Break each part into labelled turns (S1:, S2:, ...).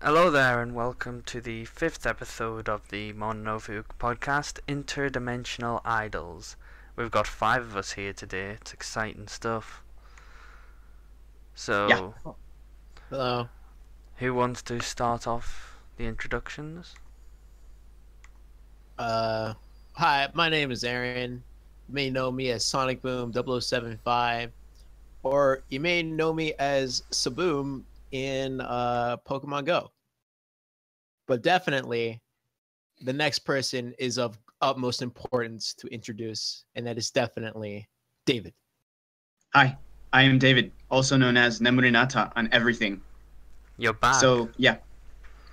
S1: Hello there, and welcome to the fifth episode of the Mononofuku podcast, Interdimensional Idols. We've got five of us here today. It's exciting stuff. So,
S2: Yeah. Hello.
S1: who wants to start off the introductions?
S2: Uh, hi, my name is Aaron. You may know me as Sonic Boom 0075, or you may know me as Saboom in uh, Pokemon Go. But definitely, the next person is of utmost importance to introduce, and that is definitely David.
S3: Hi, I am David, also known as Nemurinata on everything.
S1: You're back.
S2: Ah.
S3: So, yeah.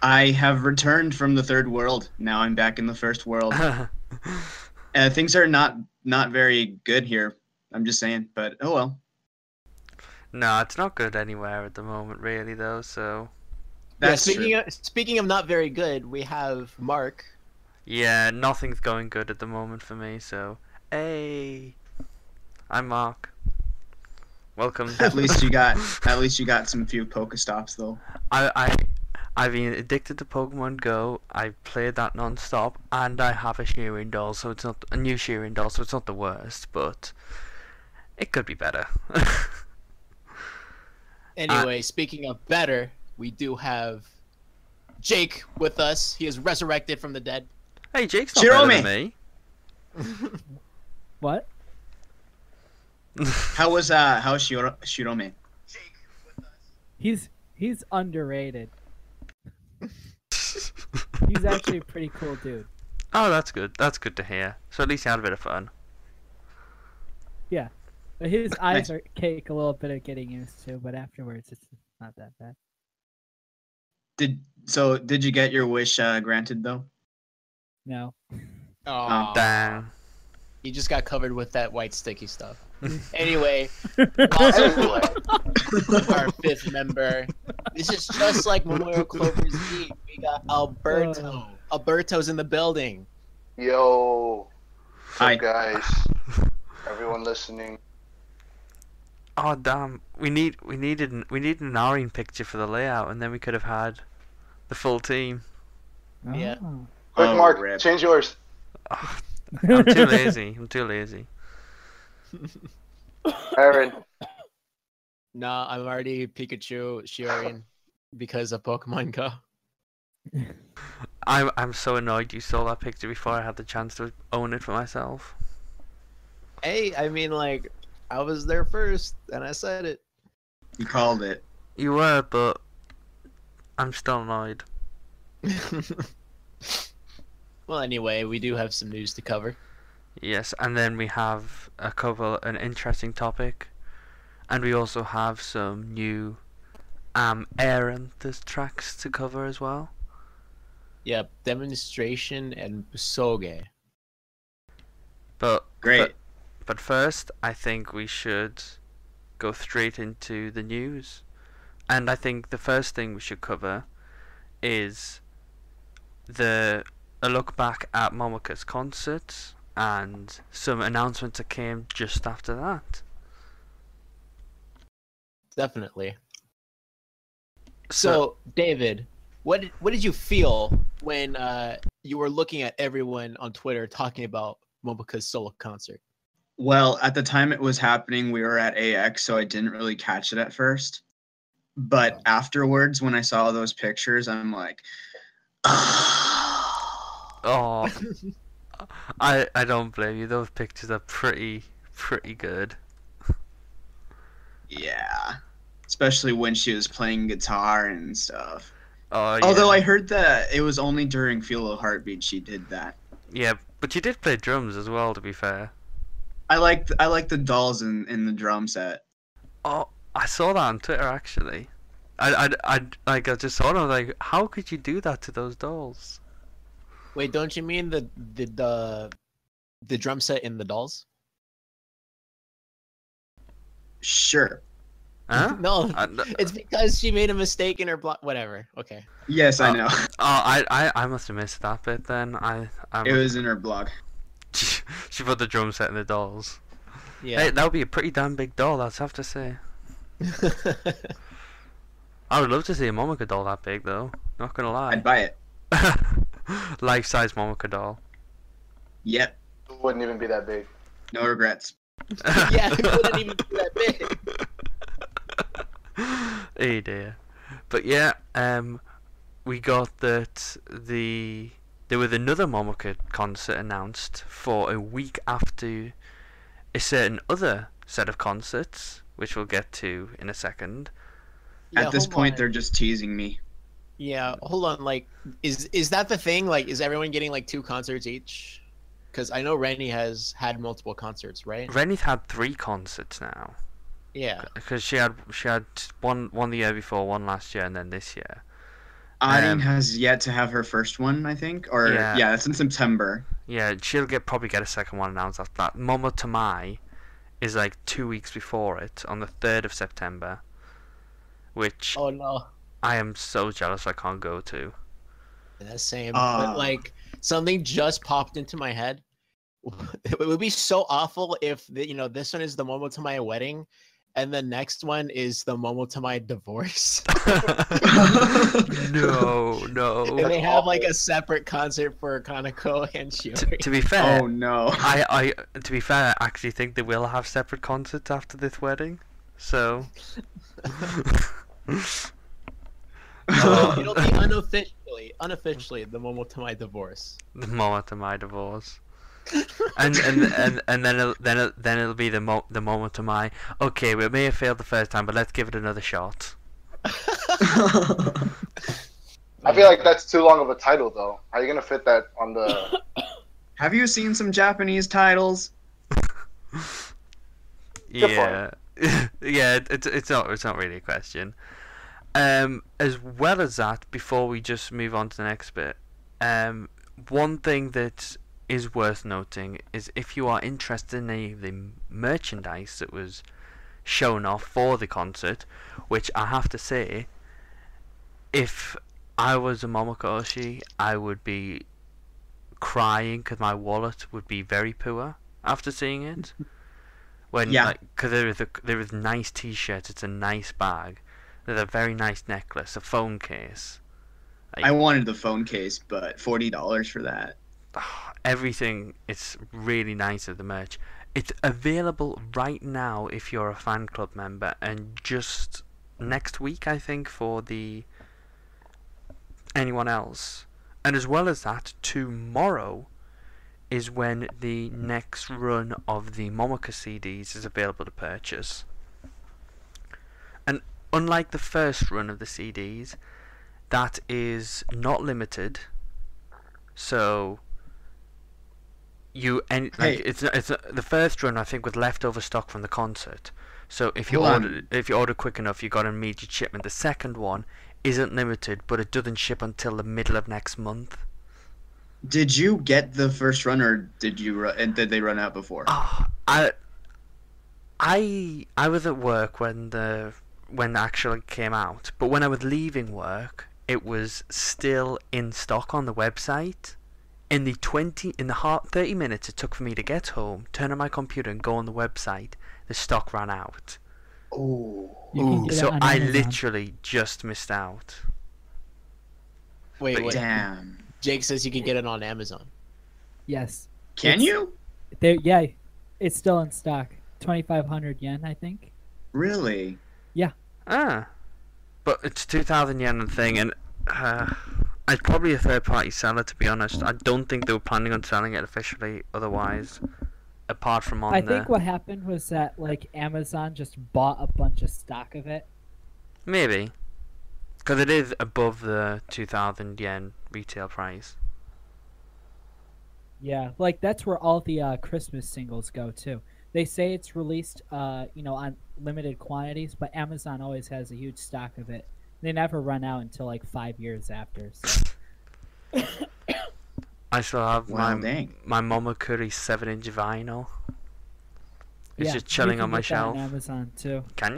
S3: I have returned from the third world. Now I'm back in the first world.
S2: Uh-huh.
S3: uh, things are not not very good here. I'm just saying, but oh well.
S1: no, it's not good anywhere at the moment, really, though. So,
S3: That's
S2: yeah, speaking
S3: true.
S2: Of, speaking of not very good, we have Mark.
S1: yeah, nothing's going good at the moment for me. So, hey, I'm Mark. Welcome.
S3: at least you got at least you got some few Pokestops though.
S1: I, I I've been addicted to Pokemon Go. I've played that non-stop, and I have a shearing doll, so it's not a new shearing doll, so it's not the worst, but it could be better.
S3: Uh,
S2: Anyway, speaking of better, we do have Jake with us. He is resurrected from the dead.
S1: hey, Jake's not better than me.
S3: Shiromi!
S4: What?
S3: How was uh how was Shiro- Shirome?
S4: He's he's underrated. He's actually a pretty cool dude.
S1: Oh, that's good. That's good to hear. So at least he had a bit of fun.
S4: But His
S3: Nice.
S4: eyes are take a little bit of getting used to, but afterwards it's not that bad.
S3: Did so did you get your wish uh, granted though?
S4: No.
S2: Oh,
S1: Dang.
S2: he just got covered with that white sticky stuff. anyway,
S3: Everyone.
S2: our fifth member. This is just like Memorial Clovers Eve. We got Alberto. Alberto's in the building.
S5: Yo,
S3: Hi.
S5: guys, everyone listening.
S1: Oh damn. We need we needed an, we needed an Arin picture for the layout, and then we could have had the full team.
S2: Yeah.
S4: Oh.
S5: Quick,
S3: Oh,
S5: Mark,
S3: rip.
S5: change yours.
S1: Ah, I'm too lazy. I'm too lazy.
S5: Aaron,
S2: No, I'm already Pikachu Shiorian because of Pokemon Go.
S1: I'm I'm so annoyed you saw that picture before I had the chance to own it for myself.
S2: Hey, I mean, like, I was there first, and I said it.
S3: You called it.
S1: You were, but I'm still annoyed.
S2: well, anyway, we do have some news to cover.
S1: Yes, and then we have a couple an interesting topic, and we also have some new um Aeranthus tracks to cover as well.
S2: Yep, demonstration and Busoge.
S1: But
S3: Great.
S1: but first, I think we should go straight into the news, and I think the first thing we should cover is the a look back at Momoka's concerts and some announcements that came just after that.
S2: Definitely. So, David, what did, what did you feel when uh, you were looking at everyone on Twitter talking about Momoka's solo concert?
S3: Well, at the time it was happening, we were at AX, so I didn't really catch it at first. But afterwards, when I saw those pictures, I'm like,
S1: Oh, I I don't blame you. Those pictures are pretty pretty good.
S3: yeah. Especially when she was playing guitar and stuff.
S1: Oh,
S3: Although
S1: yeah.
S3: I heard that it was only during Feel a Heartbeat she did that.
S1: yeah, but you did play drums as well. To be fair.
S3: I liked I liked the dolls in, in the drum set.
S1: Oh, I saw that on Twitter actually. I, I, I, like, I just saw it. I was like, how could you do that to those dolls?
S2: Wait, don't you mean the the the, the drum set in the dolls?
S3: Sure.
S1: Huh?
S2: no,
S1: I, oh,
S2: it's because she made a mistake in her block. Whatever. Okay.
S3: Yes,
S1: Uh,
S3: I know.
S1: I, I, I must have missed that bit then. I, I
S3: It was in her blog.
S1: she put the drum set in the dolls.
S2: Yeah.
S1: Hey, that would be a pretty damn big doll. I'd have to say. I would love to see a Monica doll that big though. Not gonna
S3: I'd
S1: lie.
S3: buy it.
S1: Life size Monica doll.
S3: Yep.
S5: It wouldn't even be that big.
S3: No regrets.
S2: yeah, it wouldn't even be that big.
S1: oh dear. But yeah, um, we got that the there was another Momoka concert announced for a week after a certain other set of concerts, which we'll get to in a second.
S2: Yeah,
S3: At this
S2: hold
S3: point,
S2: on.
S3: they're just teasing me.
S2: Yeah, hold on. Like, is is that the thing? Like, is everyone getting like two concerts each? Because I know Rennie has had multiple concerts, right?
S1: Rennie's had three concerts now
S2: Yeah.
S1: because she had she had one one the year before, one last year, and then this year.
S3: Audine
S1: Um,
S3: has yet to have her first one, I think. Or
S1: Yeah.
S3: yeah, that's in September.
S1: Yeah, she'll get probably get a second one announced after that. Momo Tamai is like two weeks before it on the third of September, which
S2: Oh no,
S1: I am so jealous I can't go to.
S2: that same.
S3: Ah.
S2: but like, something just popped into my head. It would be so awful if the, you know this one is the Momo to my wedding, and the next one is the Momo to my divorce.
S3: Oh,
S1: no,
S2: and
S1: no.
S2: they have like a separate concert for Kanako and
S1: T-
S2: Shiori.
S1: to be fair,
S3: Oh no.
S1: I, I to be fair, I actually think they will have separate concerts after this wedding. So
S2: It'll- It'll be unofficially, unofficially the Momo to my divorce.
S1: the moment of my divorce. and and and and then it'll, then it'll, then it'll be the mo- the moment of my okay we may have failed the first time but let's give it another shot.
S5: I feel like that's too long of a title, though. How are you gonna fit that on the?
S3: have you seen some Japanese titles?
S1: Yeah, yeah. it- It's it's not it's not really a question. Um, as well as that, before we just move on to the next bit, um, one thing that is worth noting is if you are interested in any of the m- merchandise that was shown off for the concert, which I have to say, if I was a Momokoshi, I would be crying because my wallet would be very poor after seeing it. When
S3: Yeah.
S1: because there is a there is nice T-shirt, it's a nice bag, there's a very nice necklace, a phone case,
S3: I wanted the phone case, but forty dollars for that.
S1: everything. It's really nice of the merch. It's available right now if you're a fan club member, and just next week I think for the anyone else. And as well as that, tomorrow is when the next run of the Momoka CDs is available to purchase. And unlike the first run of the CDs, that is not limited. So you and like
S3: Hey.
S1: it's it's the first run I think was leftover stock from the concert. So if you
S3: Hold on.
S1: order if you order quick enough, you got an immediate shipment. The second one isn't limited, but it doesn't ship until the middle of next month.
S3: Did you get the first run, or did you ru- and did they run out before?
S1: Oh, I, I, I was at work when the when the actual came out, but when I was leaving work, it was still in stock on the website. In the twenty, in the hard thirty minutes it took for me to get home, turn on my computer, and go on the website, the stock ran out.
S3: Oh.
S4: You can
S3: Ooh,
S4: get it
S1: So
S4: on
S1: I
S4: Amazon.
S1: literally just missed out.
S2: Wait,
S1: But
S2: wait.
S3: Damn.
S2: Jake says you can get it on Amazon.
S4: Yes.
S3: Can
S4: It's-
S3: you
S4: There. Yeah. It's still in stock. Twenty five hundred yen, I think.
S3: really?
S1: Ah, but it's two thousand yen and thing, and uh, it's probably a third party seller to be honest. I don't think they were planning on selling it officially otherwise, apart from on
S4: I
S1: the
S4: think what happened was that like Amazon just bought a bunch of stock of it.
S1: maybe because it is above the two thousand yen retail price.
S4: Yeah, like that's where all the uh, Christmas singles go to. They say it's released, uh, you know, on limited quantities, but Amazon always has a huge stock of it. They never run out until like five years after. So.
S1: I still have
S3: Wow,
S1: my
S3: dang.
S1: my Mama Curry seven inch vinyl. It's
S4: Yeah,
S1: just
S4: you
S1: chilling
S4: can
S1: on my
S4: get that
S1: shelf.
S4: On Amazon too.
S1: Can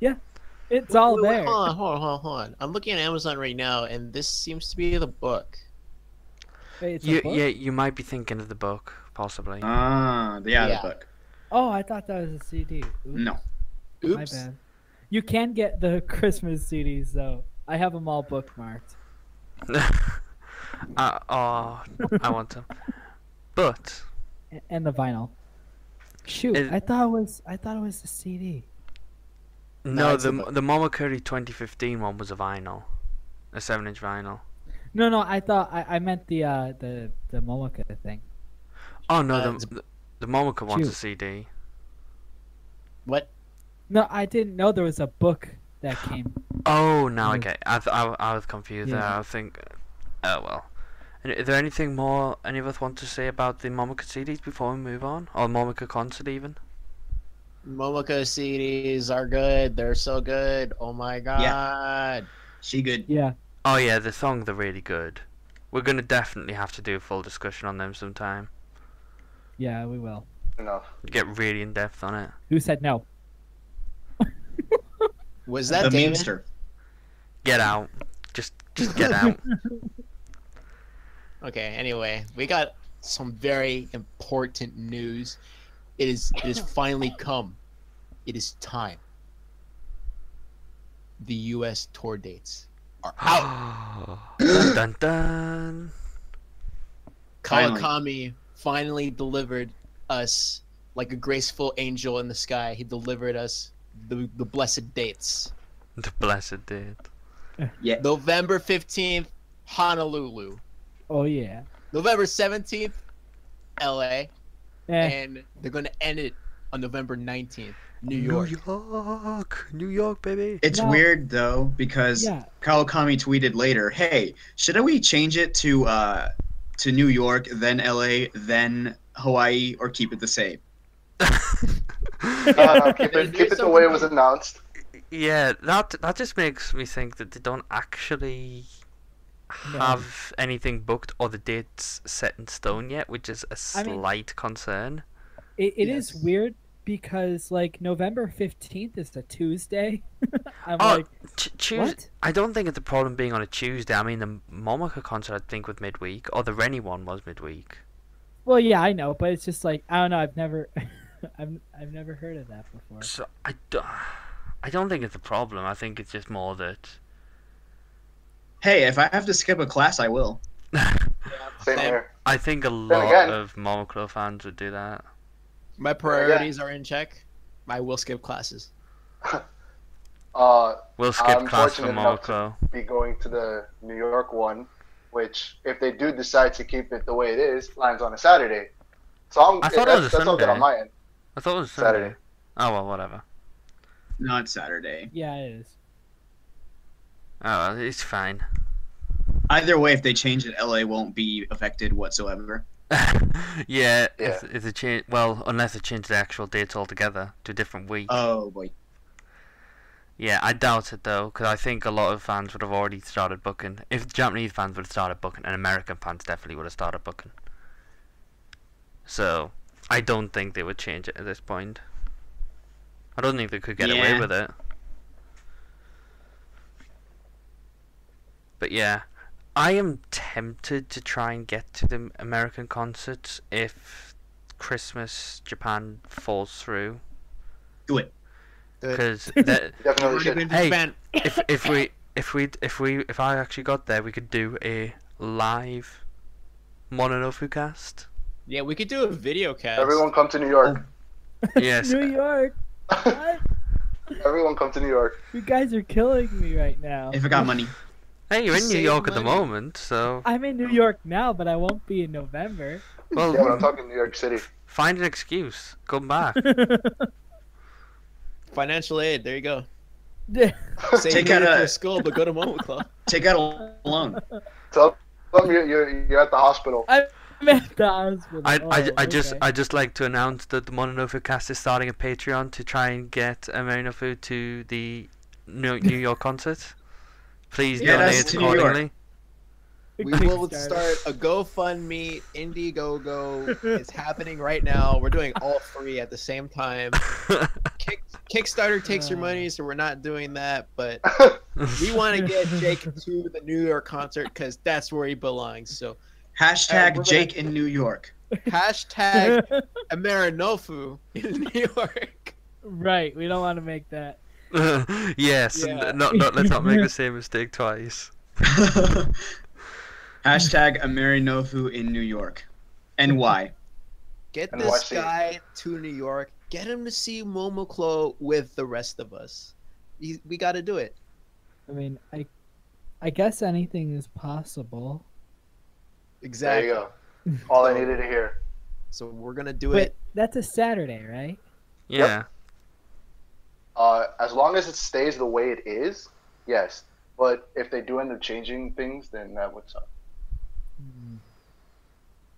S1: you?
S4: It's all
S2: Wait, wait,
S4: there.
S2: Hold on, hold on, hold on, hold on. I'm looking at Amazon right now, and this seems to be the book.
S4: Wait, it's a
S1: you
S4: book?
S1: yeah, you might be thinking of the book possibly.
S3: Ah, the other
S2: Yeah.
S3: book.
S4: Oh, I thought that was a CD. Oops,
S3: No.
S4: My
S2: Oops.
S4: bad. You can get the Christmas CDs though I have them all bookmarked.
S1: uh, oh, I want them. But
S4: A- And the vinyl. Shoot,
S1: Is-
S4: I thought it was I thought it was the CD.
S1: no,
S3: it's
S1: the
S3: a
S1: m- the Momokuri 2015 one was a vinyl, a seven-inch vinyl.
S4: No, no, I thought I, I meant the uh the the Momoka thing.
S1: Oh no,
S2: Uh, it's-
S1: the, the the Momoka one's a
S4: Shoot.
S1: CD.
S2: What?
S4: No, I didn't know there was a book that came.
S1: Oh, now I
S4: Mm.
S1: get. I, th- I I was confused. there.
S4: Yeah.
S1: I think. Oh well. And is there anything more any of us want to say about the Momoka CDs before we move on, or Momoka concert even?
S2: Momoko CDs are good. They're so good. Oh my god.
S3: She good.
S4: Yeah.
S1: Oh yeah, the song they're really good. We're gonna definitely have to do a full discussion on them sometime.
S4: Yeah, we will.
S5: enough.
S1: Get really in depth on it.
S4: Who said no?
S2: Was
S3: the
S2: that David?
S3: memester.
S1: Get out. Just just get out.
S2: Okay. Anyway, we got some very important news. It is. It has finally come. It is time. The U.S. tour dates are out.
S1: dun dun dun.
S3: Finally.
S2: Kawakami finally delivered us like a graceful angel in the sky. He delivered us the the blessed dates.
S1: The blessed did.
S2: November fifteenth, Honolulu.
S4: Oh yeah.
S2: November 17th, LA,
S4: Eh,
S2: and they're going to end it on November 19th, New York.
S1: New York. New York, baby.
S3: It's
S4: No.
S3: weird though because
S4: yeah.
S3: Kawakami tweeted later, "Hey, should we change it to uh, to New York, then L.A., then Hawaii, or keep it the same?"
S5: No, no, keep
S2: There's-
S5: it, keep
S2: there's
S5: it the way it
S2: something-
S5: was announced.
S1: yeah, that that just makes me think that they don't actually
S4: No.
S1: have anything booked or the dates set in stone yet, which is a
S4: I
S1: slight
S4: mean-
S1: concern.
S4: It, it is
S3: Yes.
S4: weird because like November fifteenth is a Tuesday. I'm
S1: Oh,
S4: like,
S1: T- Tues-
S4: what?
S1: I don't think it's a problem being on a Tuesday. I mean, the Momoka concert I think was midweek, or the Rennie one was midweek.
S4: Well, yeah, I know, but it's just like I don't know. I've never, I've I've never heard of that before.
S1: So I don't, I don't think it's a problem. I think it's just more that
S3: Hey, if I have to skip a class, I will.
S5: Same here.
S1: I think a lot
S5: again-
S1: of Momoko fans would do that.
S2: My priorities are in check. I will skip classes.
S5: Uh,
S1: We'll skip
S5: I'm
S1: class for
S5: fortunate enough to-
S1: Momoko.
S5: be going to the New York one, which if they do decide to keep it the way it is, lands on a Saturday. So I'm,
S1: I thought it
S5: that's,
S1: was a
S5: that's all good
S1: Sunday.
S5: on my end.
S1: I thought it was Sunday.
S5: Saturday.
S1: Oh well, whatever.
S3: Not Saturday.
S4: Yeah, it is.
S1: Oh, well, it's fine.
S3: Either way, if they change it, L.A. won't be affected whatsoever.
S1: yeah, If, if they change, well, unless they change the actual dates altogether to a different week.
S3: Oh boy.
S1: yeah, I doubt it though, because I think a lot of fans would have already started booking. If Japanese fans would have started booking, and American fans definitely would have started booking. So, I don't think they would change it at this point. I don't think they could get away
S3: Yeah.
S1: with it. But yeah, I am tempted to try and get to the American concert if Christmas Japan falls through.
S3: Do it.
S2: Do it.
S1: Because
S5: Definitely
S2: Already been
S5: Oh, should.
S2: to
S1: Hey.
S2: Japan.
S1: if if we if we if we if I actually got there, we could do a live Mononofu cast.
S2: Yeah, we could do a video cast.
S5: Everyone come to New York.
S1: Yes.
S4: New York.
S1: Oh.
S4: What?
S5: Everyone come to New York.
S4: you guys are killing me right now.
S3: If I got money.
S1: Hey, you're in
S2: Save
S1: New York at the
S2: money.
S1: moment, so
S4: I'm in New York now, but I won't be in November.
S1: well,
S5: Yeah, but I'm talking New York City.
S1: find an excuse. Come back.
S2: Financial aid. There you go. Save
S3: Take
S2: Take money
S3: out a-
S2: for school, but go to Momo Club.
S3: Take out a loan.
S5: Tell them you're, you're, you're at the hospital.
S4: I'm at the hospital.
S1: I, I,
S4: Oh,
S1: I just
S4: okay.
S1: I just like to announce that the Mononofu cast is starting a Patreon to try and get Mononofu to the New, New York concert. Please
S3: Get us
S1: donate
S3: to New York.
S1: accordingly.
S2: We
S4: Kickstarter.
S2: will start a GoFundMe, Indiegogo. It's happening right now. We're doing all three at the same time. Kick, Kickstarter takes your money, so we're not doing that. But we want to get Jake to the New York concert because that's where he belongs. So
S3: Hashtag
S2: we're gonna-
S3: Jake in New York.
S2: hashtag Amerinofu in New York.
S4: right. We don't want to make that.
S1: yes, and
S2: Yeah.
S1: not not let's not make the same mistake twice.
S3: Hashtag Amerinofu in New York. And why?
S2: Get
S5: And
S2: this
S5: watch it.
S2: guy to New York. Get him to see Momoclo with the rest of us. We, we got to do it.
S4: I mean, I, I guess anything is possible.
S5: There
S2: Exactly.
S5: you go. All I needed to hear.
S2: So we're gonna do
S4: But
S2: it.
S4: that's a Saturday, right?
S1: Yeah.
S5: Uh, as long as it stays the way it is, yes. But if they do end up changing things, then that would suck.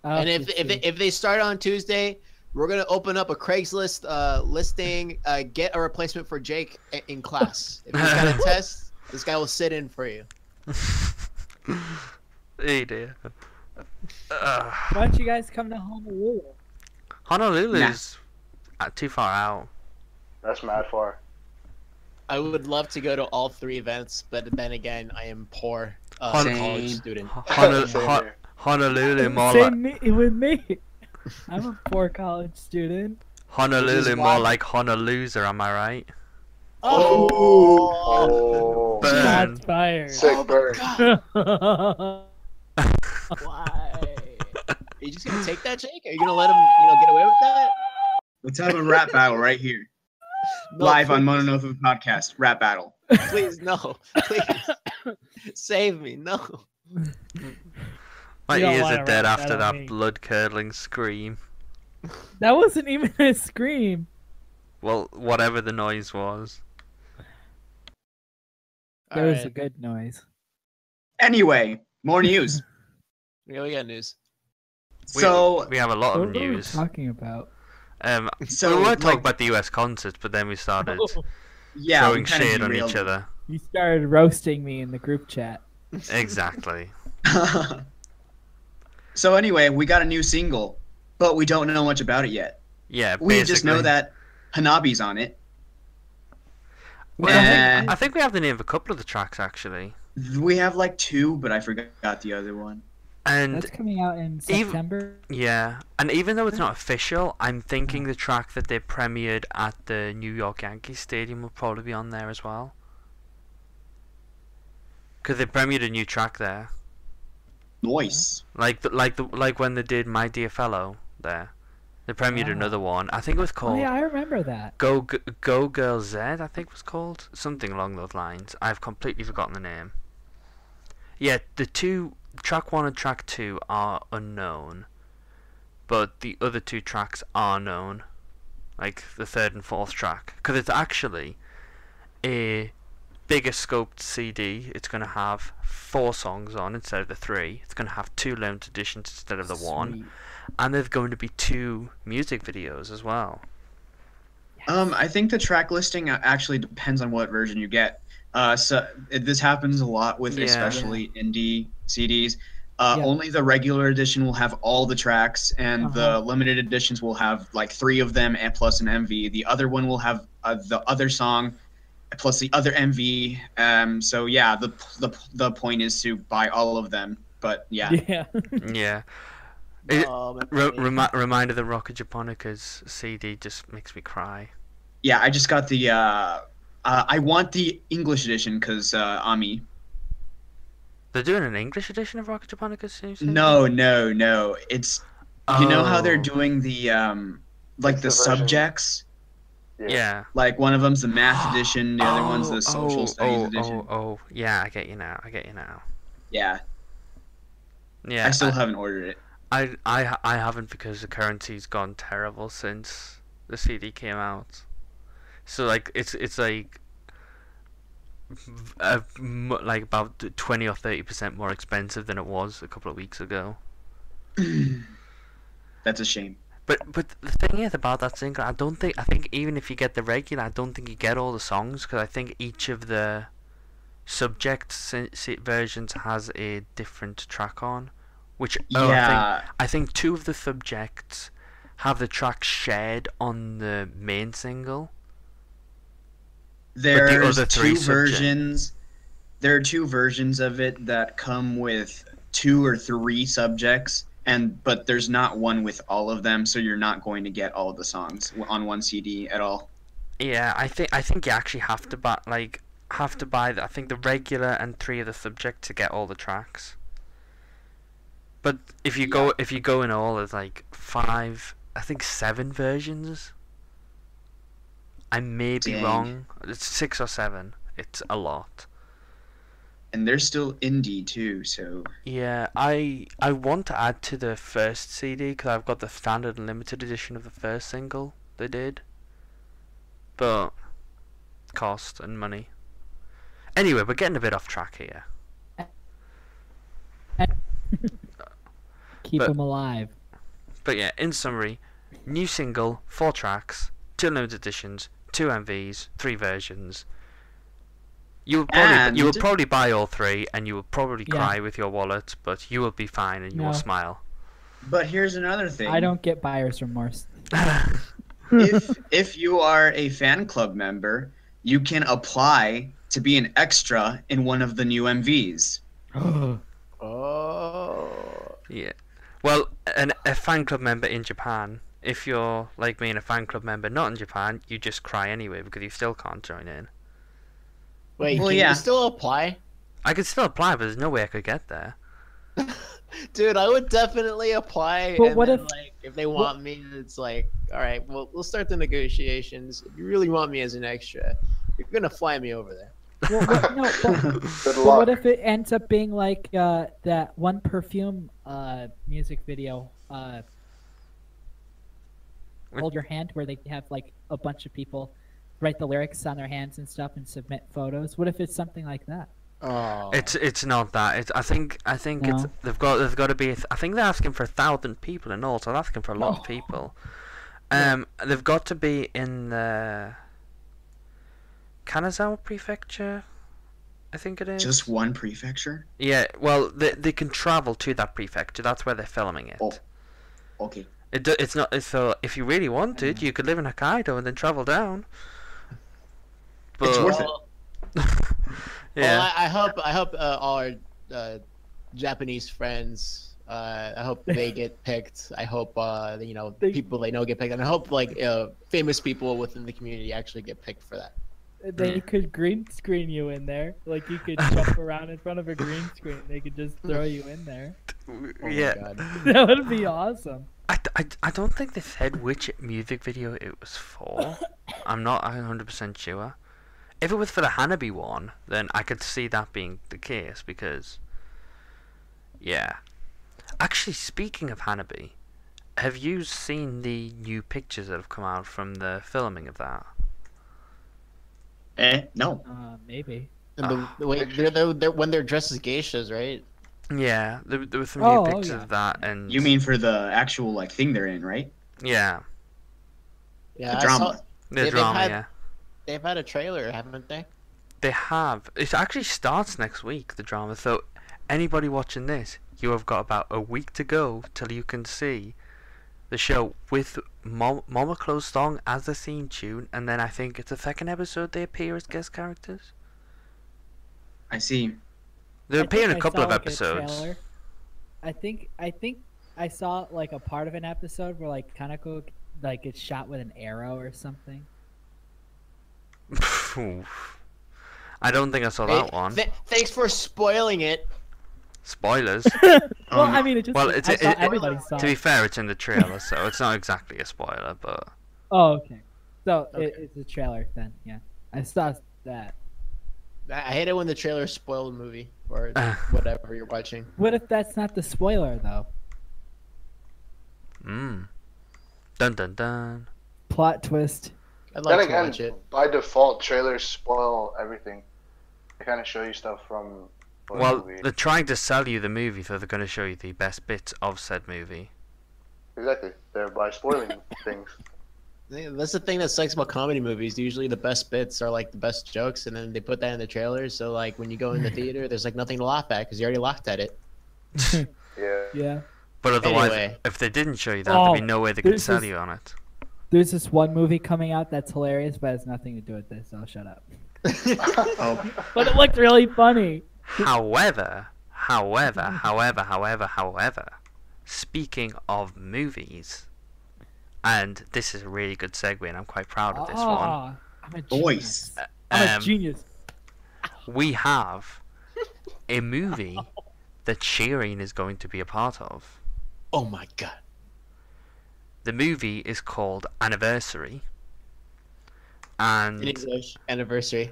S4: I'll
S2: And
S4: have
S2: if
S4: to
S2: if,
S4: see.
S2: if they start on Tuesday, we're gonna open up a Craigslist uh, listing. Uh, get a replacement for Jake i- in class. If he's got a test, this guy will sit in for you.
S1: Hey dear. Uh, Ugh.
S4: why don't you guys come to Honolulu?
S1: Honolulu's uh, too far out.
S5: That's mad far.
S2: I would love to go to all three events, but then again, I am poor uh,
S3: Same.
S2: college student.
S1: Ho- Hono-
S5: Same
S1: Ho-
S5: here.
S1: Honolulu more like
S4: Same me, with me. I'm a poor college student.
S1: Honolulu
S2: is
S1: more
S2: why-
S1: like Honoluser, am I right?
S2: Oh,
S5: Oh,
S1: But-
S4: Shots fired.
S5: sick bird.
S4: Why?
S2: are you just gonna take that, Jake? Are you gonna let him, you know, get away with that?
S3: Let's have a rap battle right here.
S2: No,
S3: Live on
S2: please,
S3: Mononofu Podcast. Rap battle.
S2: Please, no, please, save me, no.
S1: My
S4: You don't
S1: ears
S4: wanna
S1: are dead
S4: rap that
S1: after
S4: on
S1: that
S4: me.
S1: blood curdling scream.
S4: That wasn't even a scream.
S1: Well, whatever the noise was.
S4: That
S2: All
S4: was
S2: right.
S4: a good noise.
S3: Anyway, more news.
S2: Yeah, we got news.
S1: We,
S3: so,
S1: we have a lot of
S4: what were we
S1: news.
S4: talking about?
S1: Um,
S3: so
S1: we were talking
S3: like,
S1: about the US concerts, but then we started
S3: yeah, we
S1: throwing
S3: kinda
S1: shade on
S3: derailed.
S1: each other.
S4: You started roasting me in the group chat.
S1: Exactly.
S3: so anyway, we got a new single, but we don't know much about it yet.
S1: Yeah,
S3: We just know
S1: basically.
S3: that Hanabi's on it.
S1: Well, I, think,
S3: Nah.
S1: I think we have the name of a couple of the tracks actually,
S3: We have like two, but I forgot the other one.
S1: and
S4: That's coming out in September.
S1: yeah, and even though it's not official, I'm thinking the track that they premiered at the New York Yankees Stadium will probably be on there as well, because they premiered a new track there,
S3: Noise.
S1: like the, like the like when they did My Dear Fellow there, they premiered
S4: Ah.
S1: another one. I think it was called.
S4: Oh yeah, I remember that.
S1: Go G- Go Girl Z, I think it was called something along those lines. I've completely forgotten the name. Yeah, the two track one and track two are unknown, but the other two tracks are known, like the third and fourth track, because it's actually a bigger scoped CD. It's going to have four songs on instead of the three. It's going to have two limited editions instead of the one,
S4: Sweet.
S1: and there's going to be two music videos as well.
S3: Um, I think the track listing uh, actually depends on what version you get. Uh, so it, this happens a lot with
S1: Yeah.
S3: especially indie CDs. Uh,
S4: Yeah.
S3: Only the regular edition will have all the tracks, and the limited editions will have like three of them and plus an MV. The other one will have uh, the other song plus the other MV. Um, so yeah, the, the the point is to buy all of them. But yeah,
S4: Yeah.
S1: Yeah. It-
S2: No, man.
S1: Re- remi- reminder that Rocket Japonica's CD just makes me cry.
S3: yeah, I just got the. Uh, uh, I want the English edition because uh, Ami
S1: They're doing an English edition of Rocket Japonica's new CD?
S3: No, no, no. It's you know how they're
S1: Oh,
S3: doing the um like
S5: It's
S3: the,
S5: the version.
S3: subjects?
S1: Yeah.
S3: Like one of them's the math edition, the other one's
S1: Oh,
S3: the social
S1: oh,
S3: studies
S1: oh,
S3: edition.
S1: Oh, oh, yeah, I get you now. I get you now.
S3: Yeah,
S1: Yeah.
S3: I still haven't ordered it.
S1: I, I, I haven't because the currency's gone terrible since the CD came out. So like it's it's like v- uh, m- like about twenty or thirty percent more expensive than it was a couple of weeks ago.
S3: That's a shame.
S1: But but the thing is about that single, I don't think I think even if you get the regular, I don't think you get all the songs because I think each of the subject si- si- versions has a different track on, which oh, I think
S3: yeah.
S1: I think two of the subjects have the track shared on the main single.
S3: There's
S1: other three
S3: two
S1: subject-
S3: versions. There are two versions of it that come with two or three subjects and but there's not one with all of them, so you're not going to get all of the songs on one CD at all.
S1: Yeah, I think I think you actually have to buy like have to buy the, I think the regular and three of the subject to get all the tracks. But if you go if you go in all, there's like five, I think seven versions. I may be
S3: Dang.
S1: wrong. It's six or seven. It's a lot.
S3: and they're still indie too. So
S1: Yeah, I I want to add to the first CD because I've got the standard and limited edition of the first single they did, but cost and money. Anyway, we're getting a bit off track here.
S4: Keep
S1: But-
S4: them alive.
S1: But yeah, in summary, new single, four tracks, two limited editions, two MVs, three versions. You will probably you will
S3: And-
S1: probably buy all three, and you will probably
S4: Yeah.
S1: cry with your wallet, but you will be fine and you
S4: No.
S1: will smile.
S3: but here's another thing.
S4: I don't get buyer's remorse.
S3: if if you are a fan club member, you can apply to be an extra in one of the new MVs.
S2: Oh.
S1: Yeah. Well, an, a fan club member in Japan, if you're like me and a fan club member not in Japan, you just cry anyway because you still can't join in.
S2: Wait,
S3: Well,
S2: can
S3: yeah.
S2: you still apply?
S1: I could still apply, but there's no way I could get there.
S2: Dude, I would definitely apply.
S4: But
S2: and
S4: what
S2: then,
S4: if-
S2: like, if they want me, it's like, all right, well, we'll start the negotiations. If you really want me as an extra, you're gonna fly me over there.
S4: Well, what- no, but-
S5: Good
S4: But
S5: luck.
S4: what if it ends up being like uh, that one perfume uh, music video, uh,
S1: What-
S4: "Hold Your Hand," where they have like a bunch of people write the lyrics on their hands and stuff and submit photos? What if it's something like that?
S2: Oh.
S1: It's it's not that. It's I think I think it's
S4: No.
S1: they've got they've got to be. a th- I think they're asking for a thousand people in all, so they're asking for a lot of people. Um, they've got to be in the Kanazawa Prefecture, I think it is.
S3: Just one prefecture.
S1: Yeah, well, they they can travel to that prefecture. That's where they're filming it.
S3: Oh. Okay.
S1: It do, it's not. it's So if you really wanted, you could live in Hokkaido and then travel down. But
S3: It's worth it.
S2: Well,
S1: yeah,
S2: well, I, I hope I hope uh, all our uh, Japanese friends. Uh, I hope they get picked. I hope uh, you know
S4: They-
S2: people they know get picked, and I hope like uh, famous people within the community actually get picked for that.
S4: They could green screen you in there, like you could jump around in front of a green screen. They could just
S1: Hmm.
S4: throw you in there.
S1: w-
S2: Oh my
S1: yeah.
S2: God.
S4: That would be awesome.
S1: I, d- I d- I don't think they said which music video it was for. I'm not 100% sure. If it was for the Hanabi one, then I could see that being the case because. Yeah. Actually, speaking of Hanabi, have you seen the new pictures that have come out from the filming of that?
S3: Eh? No.
S4: Uh, maybe.
S2: And the, the way they're, they're, they're when they're dressed as geishas, right?
S1: Yeah, there, there were some
S4: Oh, oh,
S1: new pictures
S4: yeah.
S1: of that, and
S3: You mean for the actual like thing they're in, right?
S1: yeah,
S2: Yeah,
S3: the
S2: I
S3: drama.
S2: saw-
S1: the
S2: Yeah, they've
S1: drama.
S2: had-
S1: Yeah,
S2: they've had a trailer, haven't they?
S1: they have. It actually starts next week. The drama. So, anybody watching this, you have got about a week to go till you can see the show with Mom- Mama Close song as the theme tune, and then I think it's the second episode they appear as guest characters.
S3: I see.
S1: They
S4: I
S1: appear in
S4: think
S1: a
S4: I
S1: couple
S4: saw,
S1: of
S4: like, a
S1: episodes.
S4: trailer. I think I think I saw like a part of an episode where like Kanako like gets shot with an arrow or something.
S1: Oof. I don't think I saw that
S2: Hey,
S1: one.
S2: th- thanks for spoiling it.
S1: Spoilers.
S4: well,
S3: Um,
S4: I mean, it just
S1: well, it's-
S4: I
S1: it-
S4: saw
S1: it-
S4: everybody saw.
S1: to
S4: it.
S1: be fair, it's in the trailer, so it's not exactly a spoiler, but.
S4: Oh, okay. So It,
S2: Okay.
S4: it's a trailer then. Yeah, I saw that.
S2: I I hate it when the trailer spoil the movie or
S1: Uh.
S2: whatever you're watching.
S4: What if that's not the spoiler though?
S1: Mm. Dun dun dun.
S4: Plot twist.
S2: I'd
S5: Then
S2: like to watch
S5: again,
S2: it.
S5: by default, trailers spoil everything. They kind of show you stuff from. the
S1: Well,
S5: movie.
S1: they're trying to sell you the movie, so they're going to show you the best bits of said movie.
S5: exactly. Thereby spoiling things.
S2: Yeah, That's the thing that sucks about comedy movies. Usually, the best bits are like the best jokes, and then they put that in the trailers. So, like when you go in the theater, there's like nothing to laugh at because you already laughed at it.
S5: Yeah.
S4: Yeah.
S1: But otherwise,
S2: Anyway.
S1: if they didn't show you that,
S4: Oh,
S1: there'd be no way they could
S4: this
S1: sell
S4: is-
S1: you on it.
S4: There's this one movie coming out that's hilarious, but has nothing to do with this. I'll shut up.
S3: oh,
S4: But it looked really funny.
S1: However, however, however, however, however, speaking of movies, and this is a really good segue, and I'm quite proud of this one.
S4: Ah, I'm a
S3: voice.
S4: genius. I'm
S1: Um,
S4: a genius.
S1: we have a movie that Shireen is going to be a part of.
S2: Oh my god.
S1: The movie is called Anniversary. And
S2: In English, anniversary.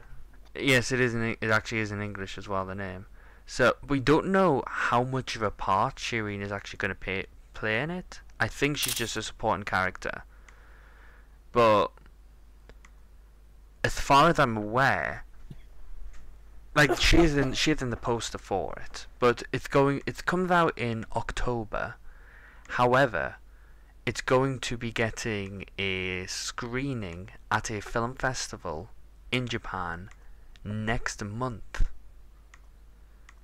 S1: Yes, it is. In, it actually is in English as well. The name. So we don't know how much of a part Shireen is actually going to pay, play in it. I think she's just a supporting character. But as far as I'm aware, like she's in she's in the poster for it. But it's going. It comes out in October. However, it's going to be getting a screening at a film festival in Japan next month,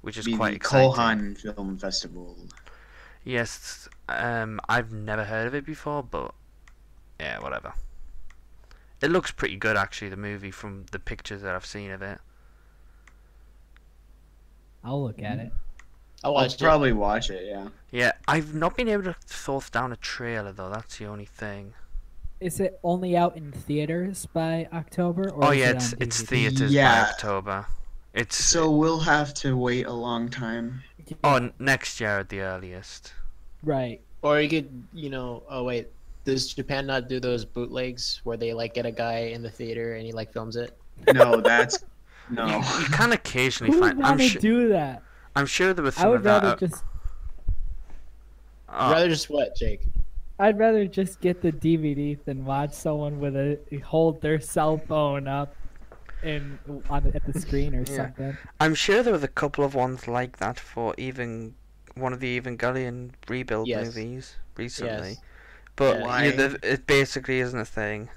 S1: which is
S3: Be
S1: quite
S3: the
S1: exciting.
S3: Kohan Film Festival.
S1: Yes, um, I've never heard of it before, but yeah, whatever. It looks pretty good actually, the movie from the pictures that I've seen of it.
S4: I'll look at it.
S2: I
S1: Oh,
S3: I'll
S2: watched
S3: probably watch it. Yeah.
S1: Yeah, I've not been able to source down a trailer though. That's the only thing.
S4: Is it only out in theaters by October? Or
S1: oh
S4: is
S1: yeah,
S4: it
S1: it's
S4: on
S1: it's
S4: DVD?
S1: theaters
S3: Yeah.
S1: by October. It's
S3: So we'll have to wait a long time.
S1: oh n- next year at the earliest.
S4: Right.
S2: it. Or you could, you know, oh wait, does Japan not do those bootlegs where they like get a guy in the theater and he like films it?
S3: No, that's no.
S1: You, you can occasionally
S4: Who would
S1: find. I'm,
S4: want to
S1: su-
S4: do that?
S1: I'm sure there was some of
S4: I
S1: uh,
S4: would
S1: that.
S4: rather
S1: out-
S4: just.
S1: oh,
S2: Rather just what, Jake?
S4: I'd rather just get the DVD than watch someone with a hold their cell phone up, and on at the screen or
S1: Yeah.
S4: something.
S1: I'm sure there was a couple of ones like that for even one of the Evangelion rebuild
S2: Yes.
S1: movies recently.
S2: Yes.
S1: But
S2: Yeah.
S1: you
S3: Why?
S1: know, it basically isn't a thing.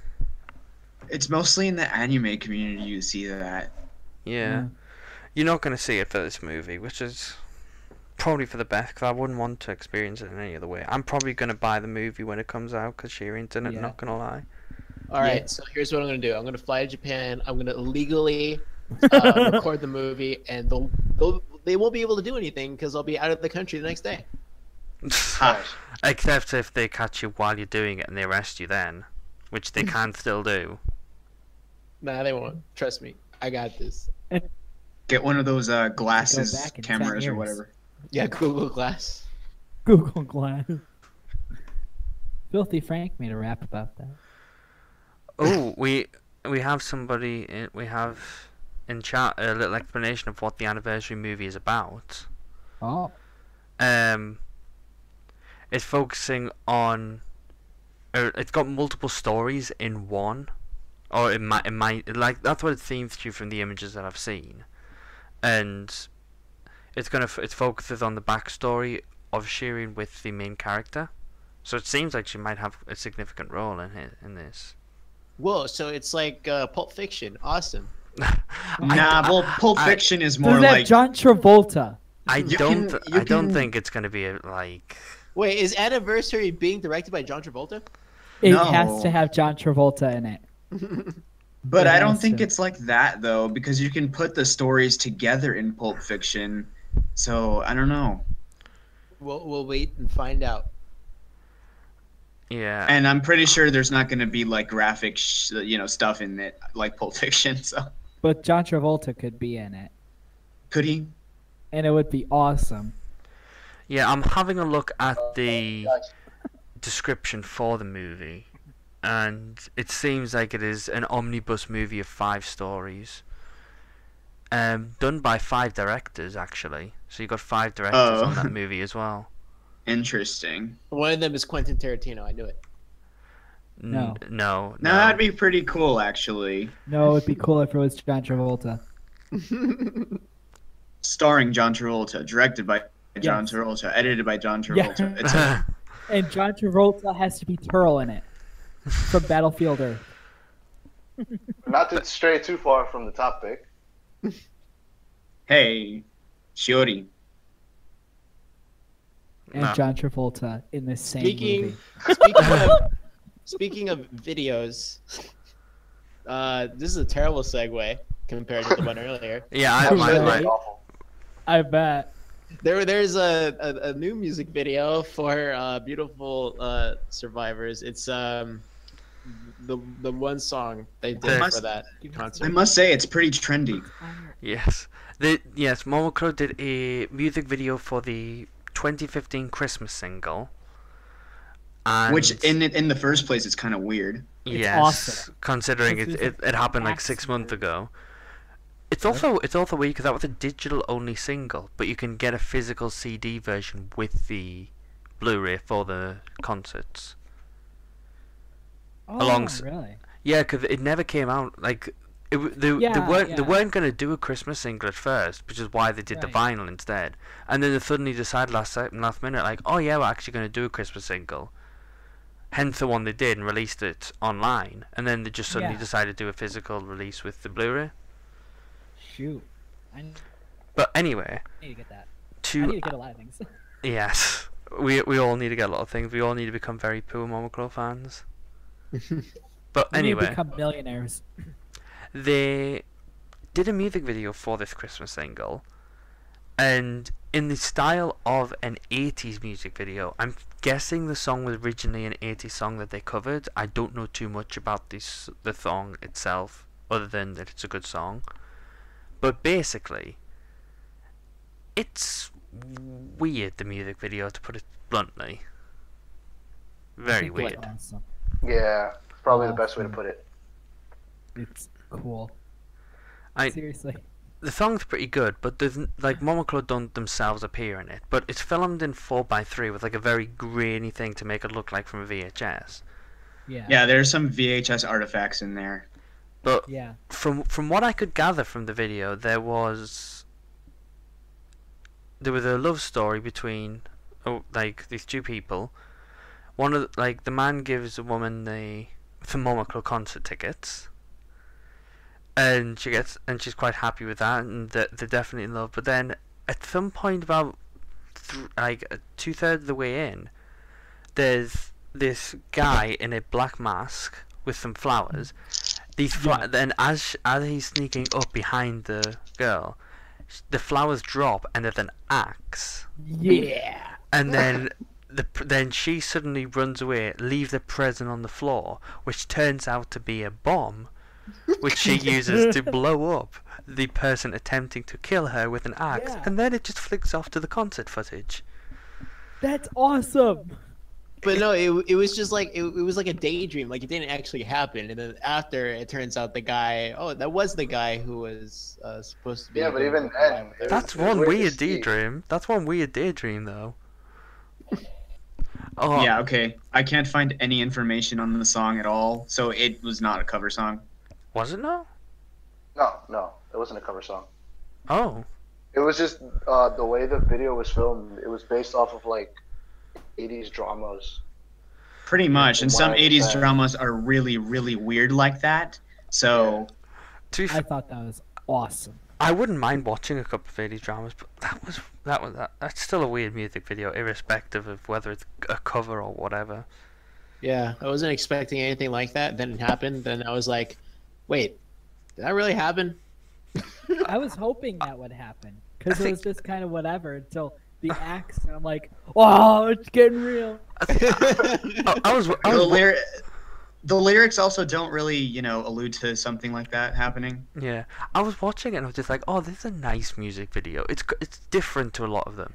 S3: It's mostly in the anime community you see that.
S1: Yeah.
S2: Mm.
S1: You're not going to see it for this movie, which is probably for the best because I wouldn't want to experience it in any other way. I'm probably going to buy the movie when it comes out because Sheeran's in it,
S4: Yeah.
S1: not going to lie.
S2: All right, so here's what I'm gonna do. I'm gonna fly to Japan. I'm gonna legally uh, record the movie, and they'll, they'll they won't be able to do anything because I'll be out of the country the next day.
S3: Ha.
S1: Except if they catch you while you're doing it and they arrest you then, which they can still do.
S2: Nah, they won't. Trust me, I got this.
S3: Get one of those uh,
S4: Go
S3: glasses
S4: back in ten
S3: cameras or
S4: years.
S3: whatever.
S2: Yeah, Google Glass.
S4: Google Glass. Filthy Frank made a rap about that.
S1: Oh, we we have somebody. In, we have in chat a little explanation of what the anniversary movie is about.
S4: Oh,
S1: Um, it's focusing on. Or it's got multiple stories in one, or in my in my like that's what it seems to from the images that I've seen, and it's gonna f- it focuses on the backstory of Shirin with the main character, so it seems like she might have a significant role in it, in this.
S2: Whoa, so it's like uh, Pulp Fiction. Awesome.
S3: Nah, well, Pulp
S1: I-
S3: Fiction is
S4: does
S3: more
S4: that
S3: like
S4: John Travolta?
S1: I
S3: You
S1: don't.
S3: can-
S1: I
S3: you
S1: don't
S3: can-
S1: think it's gonna be a, like.
S2: Wait, is Anniversary being directed by John Travolta?
S4: It
S3: No.
S4: has to have John Travolta in it.
S3: But
S4: Yeah,
S3: I don't
S4: that's
S3: think
S4: true.
S3: it's like that though, because you can put the stories together in Pulp Fiction. So I don't know.
S2: We'll, we'll wait and find out.
S1: Yeah.
S3: And I'm pretty sure there's not going to be like graphic, sh- you know, stuff in it like Pulp Fiction. So
S4: But John Travolta could be in it,
S3: could he?
S4: and it would be awesome.
S1: yeah. I'm having a look at the
S5: Guys,
S1: description for the movie, and it seems like it is an omnibus movie of five stories. Um, done by five directors actually. So you got five directors on
S3: Oh.
S1: that movie as well.
S3: Interesting.
S2: One of them is Quentin Tarantino. I knew it.
S1: N-
S4: No.
S1: No.
S3: Now
S1: no.
S3: that'd be pretty cool, actually,
S4: No, it'd be cool if it was John Travolta.
S3: starring John Travolta, directed by John
S4: Yes.
S3: Travolta, edited by John
S4: Yeah.
S3: Travolta. It's a-
S4: And John Travolta has to be Turl in it from Battlefield Earth.
S5: Not to stray too far from the topic.
S3: hey, Shiori.
S4: and
S1: No.
S4: John Travolta in the same
S2: Speaking-
S4: movie.
S2: Speaking of, speaking of videos, uh, this is a terrible segue compared to the one earlier.
S1: yeah. I,
S5: Actually,
S1: my,
S5: that
S1: my,
S5: was awful.
S4: I bet.
S2: There, there's a, a, a new music video for uh, "Beautiful uh, Survivors." It's um, the the one song they did
S1: There.
S2: for that
S3: I
S2: concert.
S3: must say, it's pretty trendy.
S1: Yes. The yes, Momokuro did a music video for the 2015 Christmas single. And
S3: Which in in the first place is kind of weird.
S4: It's
S1: yes,
S4: awesome.
S1: considering it,
S4: This is
S1: it, it happened like six months
S4: accident.
S1: ago. It's also it's also weird because that was a digital only single, but you can get a physical CD version with the Blu-ray for the concerts.
S4: Oh,
S1: Alongs-
S4: really?
S1: Yeah, because it never came out. Like, it, w- they, they
S4: Yeah,
S1: weren't
S4: yeah.
S1: they weren't going to do a Christmas single at first, which is why they did the
S4: Right.
S1: vinyl instead. And then they suddenly decided last sec- last minute, like, oh yeah, we're actually going to do a Christmas single. Hence the one they did and released it online. And then they just suddenly
S4: Yeah.
S1: decided to do a physical release with the Blu-ray.
S4: Shoot, I need
S1: But anyway,
S4: to get that. I
S1: to
S4: need to get a lot of things.
S1: yes, we we all need to get a lot of things. We all need to become very poor Momoclaw fans. but
S4: We need to
S1: anyway,
S4: become millionaires.
S1: they did a music video for this Christmas single, and in the style of an 80s music video. I'm guessing the song was originally an 80s song that they covered. I don't know too much about this the song itself, other than that it's a good song. But basically, it's weird the music video to put it bluntly. Very
S4: People are
S1: weird.
S4: Awesome.
S5: Yeah, it's probably the best way to put it.
S4: It's cool.
S1: I-
S4: Seriously.
S1: the song's pretty good, but there's n- like Momoclo don't themselves appear in it. But it's filmed in four by three with like a very grainy thing to make it look like from a VHS.
S4: Yeah.
S3: Yeah, there's some VHS artifacts in there.
S1: But
S4: Yeah.
S1: from from what I could gather from the video, there was there was a love story between oh like these two people. One of the, like the man gives the woman the Thermomacro concert tickets, and she gets and she's quite happy with that, and they're, they're definitely in love. But then at some point about th- like two thirds of the way in, there's this guy in a black mask with some flowers. These fla-
S4: Yeah.
S1: then as sh- as he's sneaking up behind the girl, sh- the flowers drop and there's an axe,
S4: Yeah.
S1: and then the pr- then she suddenly runs away, leaves a present on the floor, which turns out to be a bomb, which she uses to blow up the person attempting to kill her with an axe,
S4: Yeah.
S1: and then it just flicks off to the concert footage.
S4: That's awesome.
S2: But no, it, it was just like it, it was like a daydream, like it didn't actually happen. And then after, it turns out the guy, oh, that was the guy who was uh, supposed to be.
S5: Yeah,
S2: the
S5: but even
S2: guy
S5: then,
S2: with
S5: it
S2: the-
S5: was-
S1: That's
S5: it was
S1: one
S5: weird to
S1: weird
S5: see.
S1: daydream. That's one weird daydream, though. Oh,
S3: Yeah, okay. I can't find any information on the song at all, so it was not a cover song.
S1: was it now?
S5: No, no, it wasn't a cover song.
S1: Oh,
S5: It was just uh, the way the video was filmed. It was based off of like 80s dramas.
S3: Pretty much. And some
S5: Wow,
S3: 80s
S5: that-
S3: dramas are really, really weird like that. So
S1: to be
S4: I
S1: fair,
S4: thought that was awesome.
S1: I wouldn't mind watching a couple of 80s dramas, but that was that was that, that's still a weird music video, irrespective of whether it's a cover or whatever.
S2: Yeah, I wasn't expecting anything like that. Then it happened. Then I was like, wait, did that really happen?
S4: I was hoping that would happen because
S1: I
S4: it
S1: think-
S4: was just kind of whatever until the axe, and I'm like, oh, it's getting real.
S1: I, I was, I
S3: the,
S1: was wa-
S3: lyri- the lyrics also don't really, you know, allude to something like that happening.
S1: yeah, I was watching it and I was just like, oh, this is a nice music video. It's c- it's different to a lot of them,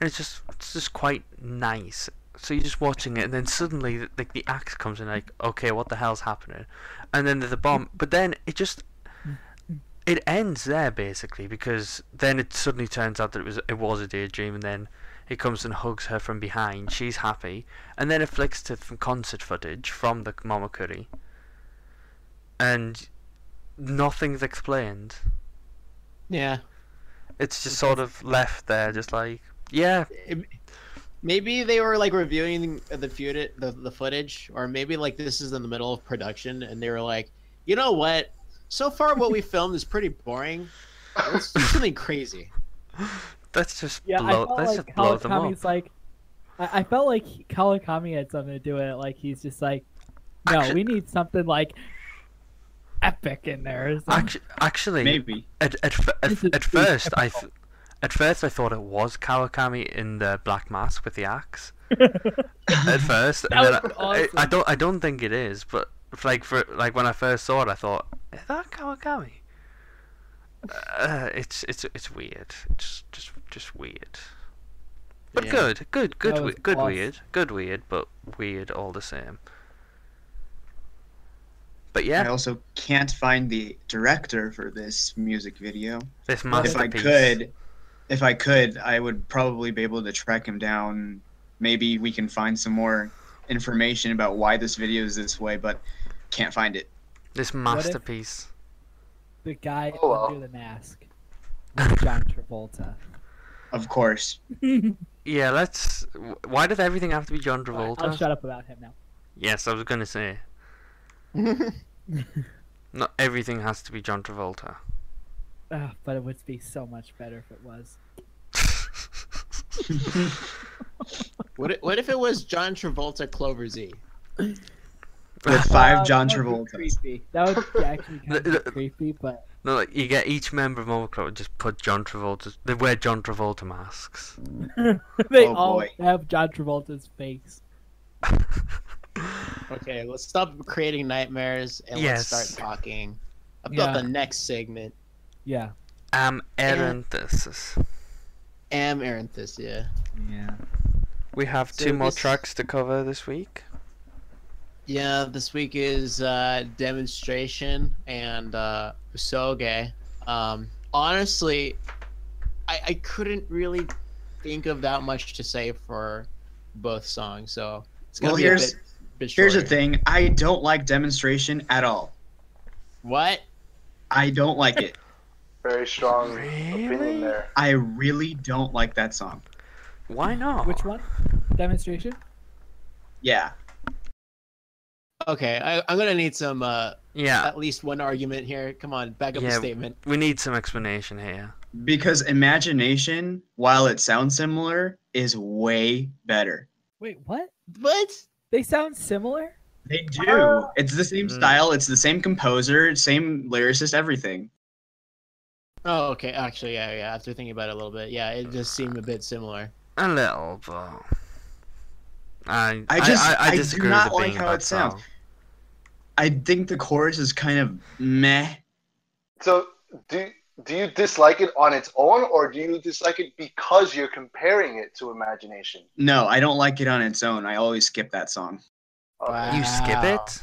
S1: and it's just it's just quite nice. So you're just watching it, and then suddenly th- like the axe comes in, like, okay, what the hell's happening? And then there's a bomb, but then it just it ends there basically because then it suddenly turns out that it was it was a daydream, and then he comes and hugs her from behind. She's happy, and then it flicks to some concert footage from the Momokuri, and nothing's explained.
S2: Yeah,
S1: It's just sort of left there, just like yeah,
S2: maybe they were like reviewing the footage, the, the footage, or maybe like this is in the middle of production, and they were like, you know what? So far, what we filmed is pretty boring. Let's do something crazy.
S1: let's just
S4: Yeah,
S1: blow,
S4: I felt
S1: let's
S4: like
S1: just blow them up.
S4: Kawakami's like, I, I felt like he- Kawakami had something to do with it. Like he's just like, no,
S1: Actu-
S4: we need something like epic in there. or something.
S1: Actually, actually,
S3: Maybe.
S1: at at f- at,
S4: This
S1: f-
S4: is
S1: at
S4: too
S1: first I. Th- at first, I thought it was Kawakami in the black mask with the axe. At first, and
S4: That
S1: then I,
S4: would've been
S1: I- I
S4: awesome.
S1: don't. I don't think it is, but f- like for like when I first saw it, I thought, is that Kawakami? Uh, it's it's it's weird. It's just just weird. But
S2: Yeah.
S1: good, good, good,
S4: That
S1: we-
S4: was
S1: good,
S4: awesome.
S1: weird, good, weird, but weird all the same. But yeah,
S3: I also can't find the director for this music video.
S1: this
S3: if I
S1: masterpiece.
S3: could, if I could, I would probably be able to track him down. Maybe we can find some more information about why this video is this way, but can't find it.
S1: This
S4: if-
S1: masterpiece.
S4: The guy
S5: Oh, well.
S4: under the mask, John Travolta.
S3: Of course,
S1: Yeah, let's. wh- Why did everything have to be John
S4: Alright,
S1: Travolta?
S4: I'll shut up about him now.
S1: Yes, I was gonna say. Not everything has to be John Travolta.
S4: Ugh, but it would be so much better if it was.
S2: What if, what if it was John Travolta Clover Z?
S3: with five
S4: Uh,
S3: John
S4: that would be
S3: Travolta.
S4: Creepy. That would be actually kind
S1: The-
S4: of
S1: the-
S4: creepy, but
S1: No, like you get each member of Marvel Club just put John Travolta. They wear John Travolta masks.
S4: they
S3: Oh,
S4: all
S3: boy.
S4: have John Travolta's face.
S2: Okay, let's stop creating nightmares and
S1: Yes.
S2: let's start talking about
S4: Yeah.
S2: the next segment.
S4: Yeah.
S1: Am Erenthesis.
S2: Am Aranthus, yeah.
S4: Yeah.
S1: We have
S2: So
S1: two more
S2: this-
S1: tracks to cover this week.
S2: Yeah, this week is uh, demonstration and uh, Usoge. Um, honestly, I, I couldn't really think of that much to say for both songs, so it's gonna
S3: Well,
S2: be
S3: here's-
S2: a bit, bit
S3: Here's the
S2: shorter.
S3: thing: I don't like demonstration at all.
S2: What?
S3: I don't like it.
S5: Very strong
S1: Really?
S5: opinion there.
S3: I really don't like that song.
S1: Why not?
S4: Which one? Demonstration?
S3: Yeah,
S2: Okay, I, I'm gonna need some uh,
S1: Yeah,
S2: at least one argument here. Come on, back up the
S1: Yeah.
S2: statement.
S1: we need some explanation here.
S3: because imagination, while it sounds similar, is way better.
S4: Wait, what?
S2: But
S4: They sound similar?
S3: They do.
S5: Ah.
S3: It's the same
S1: Mm.
S3: style. It's the same composer. Same lyricist. Everything.
S2: oh, okay. Actually, yeah, yeah. After thinking about it a little bit, yeah, it does seem a bit similar.
S1: A little, but I
S3: I just-
S1: I,
S3: I do
S1: disagree
S3: not
S1: with it
S3: like
S1: being a
S3: how
S1: bad
S3: it sounds.
S1: song.
S3: I think the chorus is kind of meh.
S5: So do do you dislike it on its own, or do you dislike it because you're comparing it to imagination?
S3: No, I don't like it on its own. I always skip that song.
S5: Okay.
S1: You skip
S2: Wow.
S1: it?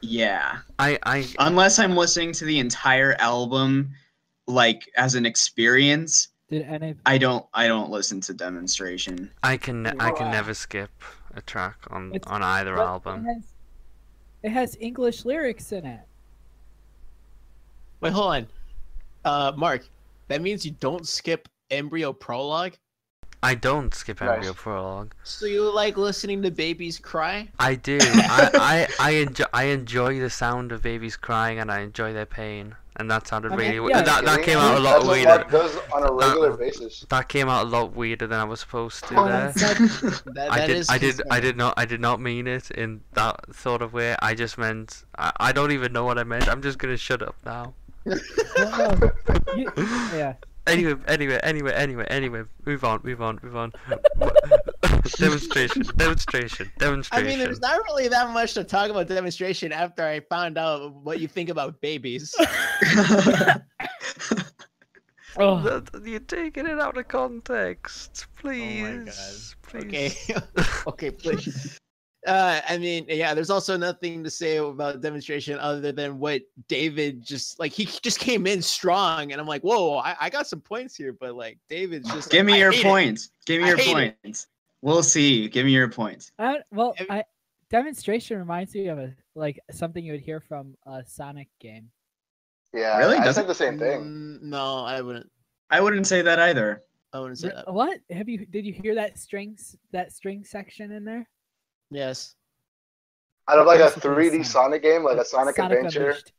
S3: Yeah.
S1: I I
S3: Unless I'm listening to the entire album like as an experience,
S4: Did any
S3: I don't I don't listen to demonstration.
S1: I can ne- I can
S2: Wow.
S1: never skip a track on
S4: It's-
S1: on either
S4: But
S1: album.
S4: It has, it has English lyrics in it.
S2: Wait, hold on. Uh, Mark, that means you don't skip Embryo Prologue.
S1: I don't skip
S5: Nice.
S1: Embryo Prologue.
S2: So you like listening to babies cry?
S1: I do. I, I, I enjoy I enjoy the sound of babies crying and I enjoy their pain. And that sounded
S4: I mean,
S1: really
S4: yeah,
S1: weird. That, that
S5: Really?
S1: came out a lot
S5: That's what
S1: weirder.
S5: Mark does on a regular basis.
S1: That came out a lot weirder than I was supposed to.
S5: Oh,
S1: There,
S2: That,
S1: I
S2: that
S1: did
S2: is
S1: I did I
S2: concerning.
S1: did not I did not mean it in that sort of way. I just meant I, I don't even know what I meant. I'm just gonna shut up now.
S4: No, no, you- yeah.
S1: Anyway, anyway, anyway, anyway, anyway. Move on, move on, move on. demonstration, demonstration,
S2: I
S1: demonstration.
S2: mean, there's not really that much to talk about demonstration after I found out what you think about babies.
S4: Oh,
S1: Th- th- You're taking it out of context.
S4: Oh
S1: Please. Please.
S2: okay, okay, please. Uh, I mean, yeah, there's also nothing to say about demonstration other than what David just like. He just came in strong, and I'm like, whoa, I, I got some points here, but like David's just.
S3: Give
S2: like,
S3: me
S2: "I
S3: your
S2: hate it."
S3: points. Give me
S2: I
S3: your
S2: hate it.
S3: points. We'll see. Give me your points.
S4: I, well,
S2: Ev-
S4: I, demonstration reminds me of a like something you would hear from a Sonic game.
S5: Yeah,
S3: Really?
S5: I
S3: Does
S5: said the same thing.
S2: Mm, no, I wouldn't.
S3: I wouldn't say that either.
S2: I wouldn't say
S4: Re-
S2: that.
S4: What have you? Did you hear that strings that string section in there?
S2: Yes.
S5: Out of like a
S4: Basically,
S5: 3D
S4: Sonic.
S5: Sonic game, like a Sonic, Adventure.
S4: Unleashed.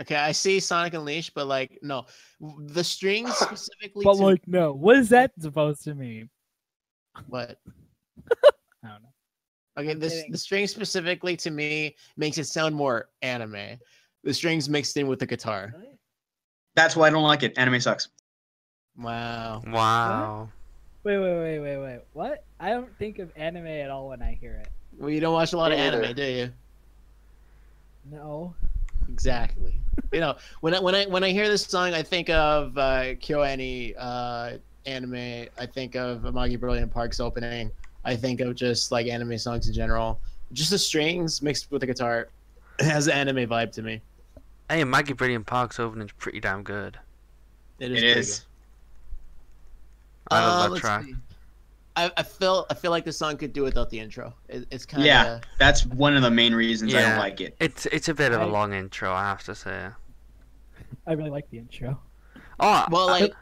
S2: Okay, I see Sonic Unleashed, but like no, W- the strings specifically.
S4: But
S2: to-
S4: like, no. What is that supposed to mean?
S2: what?
S4: I don't know.
S2: Okay,
S4: I'm
S2: this
S4: kidding.
S2: the strings specifically to me makes it sound more anime. The strings mixed in with the guitar.
S3: That's why I don't like it. Anime sucks.
S2: Wow.
S1: Wow.
S4: Wait, wait, wait, wait, wait. What? I don't think of anime at all when I hear it.
S2: Well, you don't watch a lot of
S5: Me neither.
S2: anime, do you?
S4: No.
S2: Exactly. you know, when I when I when I hear this song, I think of uh, KyoAni uh, anime. I think of Amagi Brilliant Park's opening. I think of just like anime songs in general. Just the strings mixed with the guitar it has an anime vibe to me.
S1: Hey, Maggie Brilliant Park's opening's pretty damn good.
S2: It
S3: It
S2: is. pretty
S3: is.
S2: good.
S1: I
S2: Uh,
S1: love that
S2: let's
S1: track.
S2: see. I, I feel I feel like the song could do without the intro. It, it's kind of
S3: Yeah. That's one of the main reasons I
S1: Yeah.
S3: don't like it.
S1: It's it's a bit of a
S4: I-
S1: long intro, I have to say.
S4: I really like the intro.
S1: Oh,
S2: well like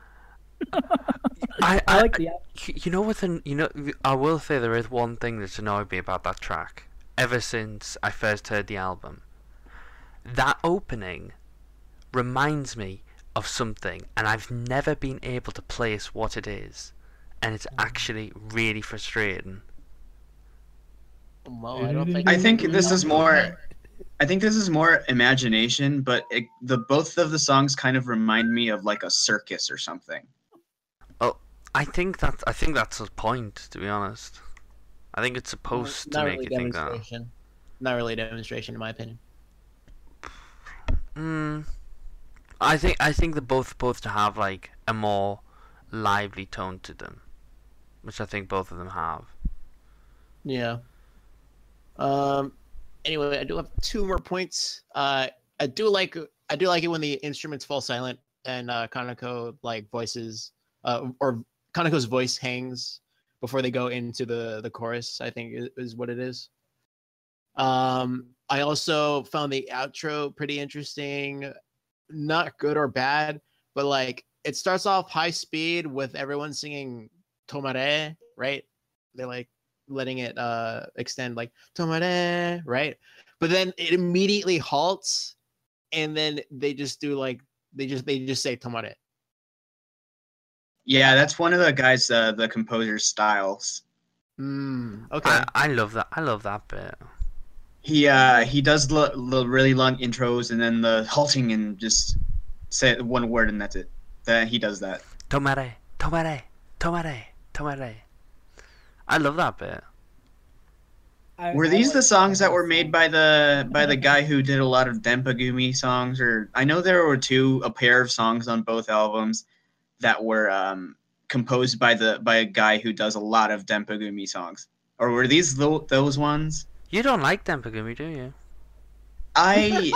S1: I,
S4: I like the
S1: Y- You know what? an- You know, I will say there is one thing that's annoyed me about that track. Ever since I first heard the album, that opening reminds me of something, and I've never been able to place what it is, and it's actually really frustrating.
S2: Mo, I don't think
S3: I think this is more. I think this is more imagination, but it, the both of the songs kind of remind me of like a circus or something.
S1: I think that I think that's the point, to be honest. I think it's supposed to
S2: Not
S1: make
S2: really
S1: you think that.
S2: demonstration. Not really a demonstration, in my opinion.
S1: Mm, I think I think they're both supposed to have like a more lively tone to them, which I think both of them have.
S2: Yeah. Um. Anyway, I do have two more points. Uh, I do like I do like it when the instruments fall silent and uh, Kanako like voices uh, or Kanako's voice hangs before they go into the the chorus. I think is, is what it is. Um. I also found the outro pretty interesting. Not good or bad, but like it starts off high speed with everyone singing Tomare, right? They like letting it uh extend like tomare right but then it immediately halts and then they just do like they just they just say tomare
S3: Yeah, that's one of the guys, uh, the composer's styles.
S2: mm, okay
S1: I, I love that. I love that bit.
S3: He uh, he does the the really long intros and then the halting and just say one word and that's it. That he does that.
S1: Tomare, tomare, tomare, tomare. I love that bit.
S4: I,
S3: Were
S4: I
S3: these
S4: like
S3: the songs that
S4: whole
S3: were made
S4: song.
S3: by the by the guy who did a lot of Dempagumi songs? Or I know there were two, a pair of songs on both albums that were um, composed by the by a guy who does a lot of Dempagumi songs. Or were these tho- those ones?
S1: You don't like Dempagumi, do you?
S3: I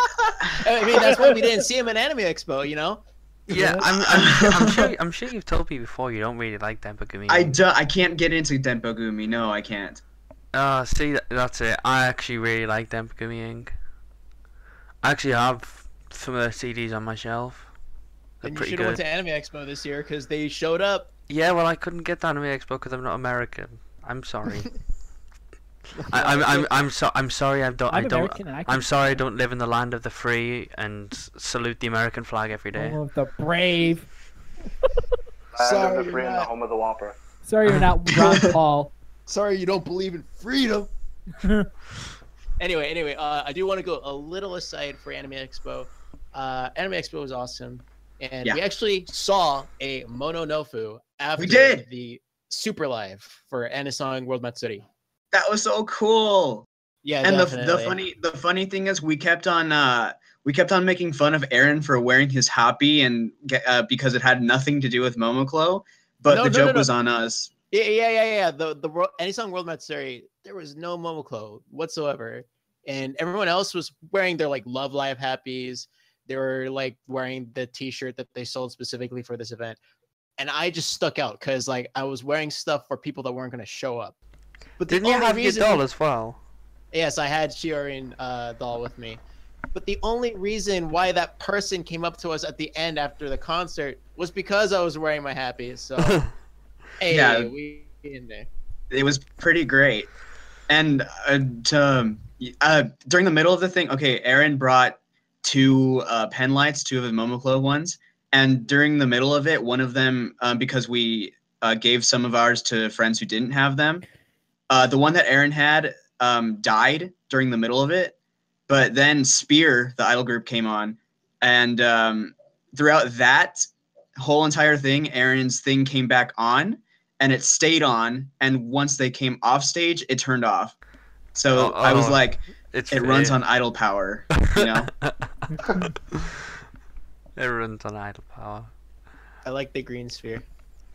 S2: i mean that's why we didn't see him in anime expo you know
S1: Yeah, I'm, I'm, sure, I'm sure. I'm sure you've told me before you don't really like Dempagumi.
S3: I do, I can't get into Dempagumi. No, I can't.
S1: Uh, see, that, that's it. I actually really like Dempagumi Inc. I actually have some of their CDs on my shelf. They're
S2: and you
S1: pretty
S2: should
S1: good.
S2: have went to anime expo this year because they showed up
S1: Yeah, well, I couldn't get the anime expo because I'm not American. I'm sorry. I, I'm I'm I'm so I'm sorry. I don't
S4: I'm
S1: I don't
S4: American and I can
S1: I'm sorry. I don't live in the land of the free and s- salute the American flag every day.
S4: Oh, the brave.
S5: Land
S2: Sorry,
S5: of the free and
S2: you're
S5: the
S2: not.
S5: home of the Whopper.
S4: Sorry, you're not Ron Paul.
S2: sorry you don't believe in freedom anyway anyway uh, i do want to go a little aside for anime expo uh, anime expo was awesome and we
S3: Yeah.
S2: actually saw a mononofu after
S3: did.
S2: the super live for anisong world matsuri
S3: That was so cool.
S2: yeah
S3: and the, the
S2: definitely.
S3: funny the funny thing is we kept on uh we kept on making fun of Aaron for wearing his happy and ge- uh, because it had nothing to do with Momoklo, but
S2: No,
S3: the
S2: no,
S3: joke
S2: no, no.
S3: was on us.
S2: yeah yeah yeah yeah the the Ro- anisong world matsuri there was no momoklo whatsoever and everyone else was wearing their like love live happies they were like wearing the t-shirt that they sold specifically for this event and i just stuck out because like i was wearing stuff for people that weren't going to show up but the
S1: Didn't you
S2: only
S1: have your
S2: reason-
S1: doll as well?
S2: Yes, I had Shiorin uh, doll with me. But the only reason why that person came up to us at the end after the concert was because I was wearing my happy. So, hey,
S3: Yeah.
S2: we in there.
S3: It was pretty great. And uh, to, uh, during the middle of the thing, okay, Aaron brought two uh, pen lights, two of his Momoklo ones, and during the middle of it, one of them uh, because we uh, gave some of ours to friends who didn't have them. Uh, the one that Aaron had um, died during the middle of it, but then Spear, the idol group, came on, and um, throughout that whole entire thing, Aaron's thing came back on, and it stayed on. And once they came off stage, it turned off. So
S1: Oh,
S3: I was
S1: oh.
S3: like,
S1: It's
S3: It
S1: free.
S3: runs on idle power. You know,
S1: it runs on idle power.
S2: I like the green sphere.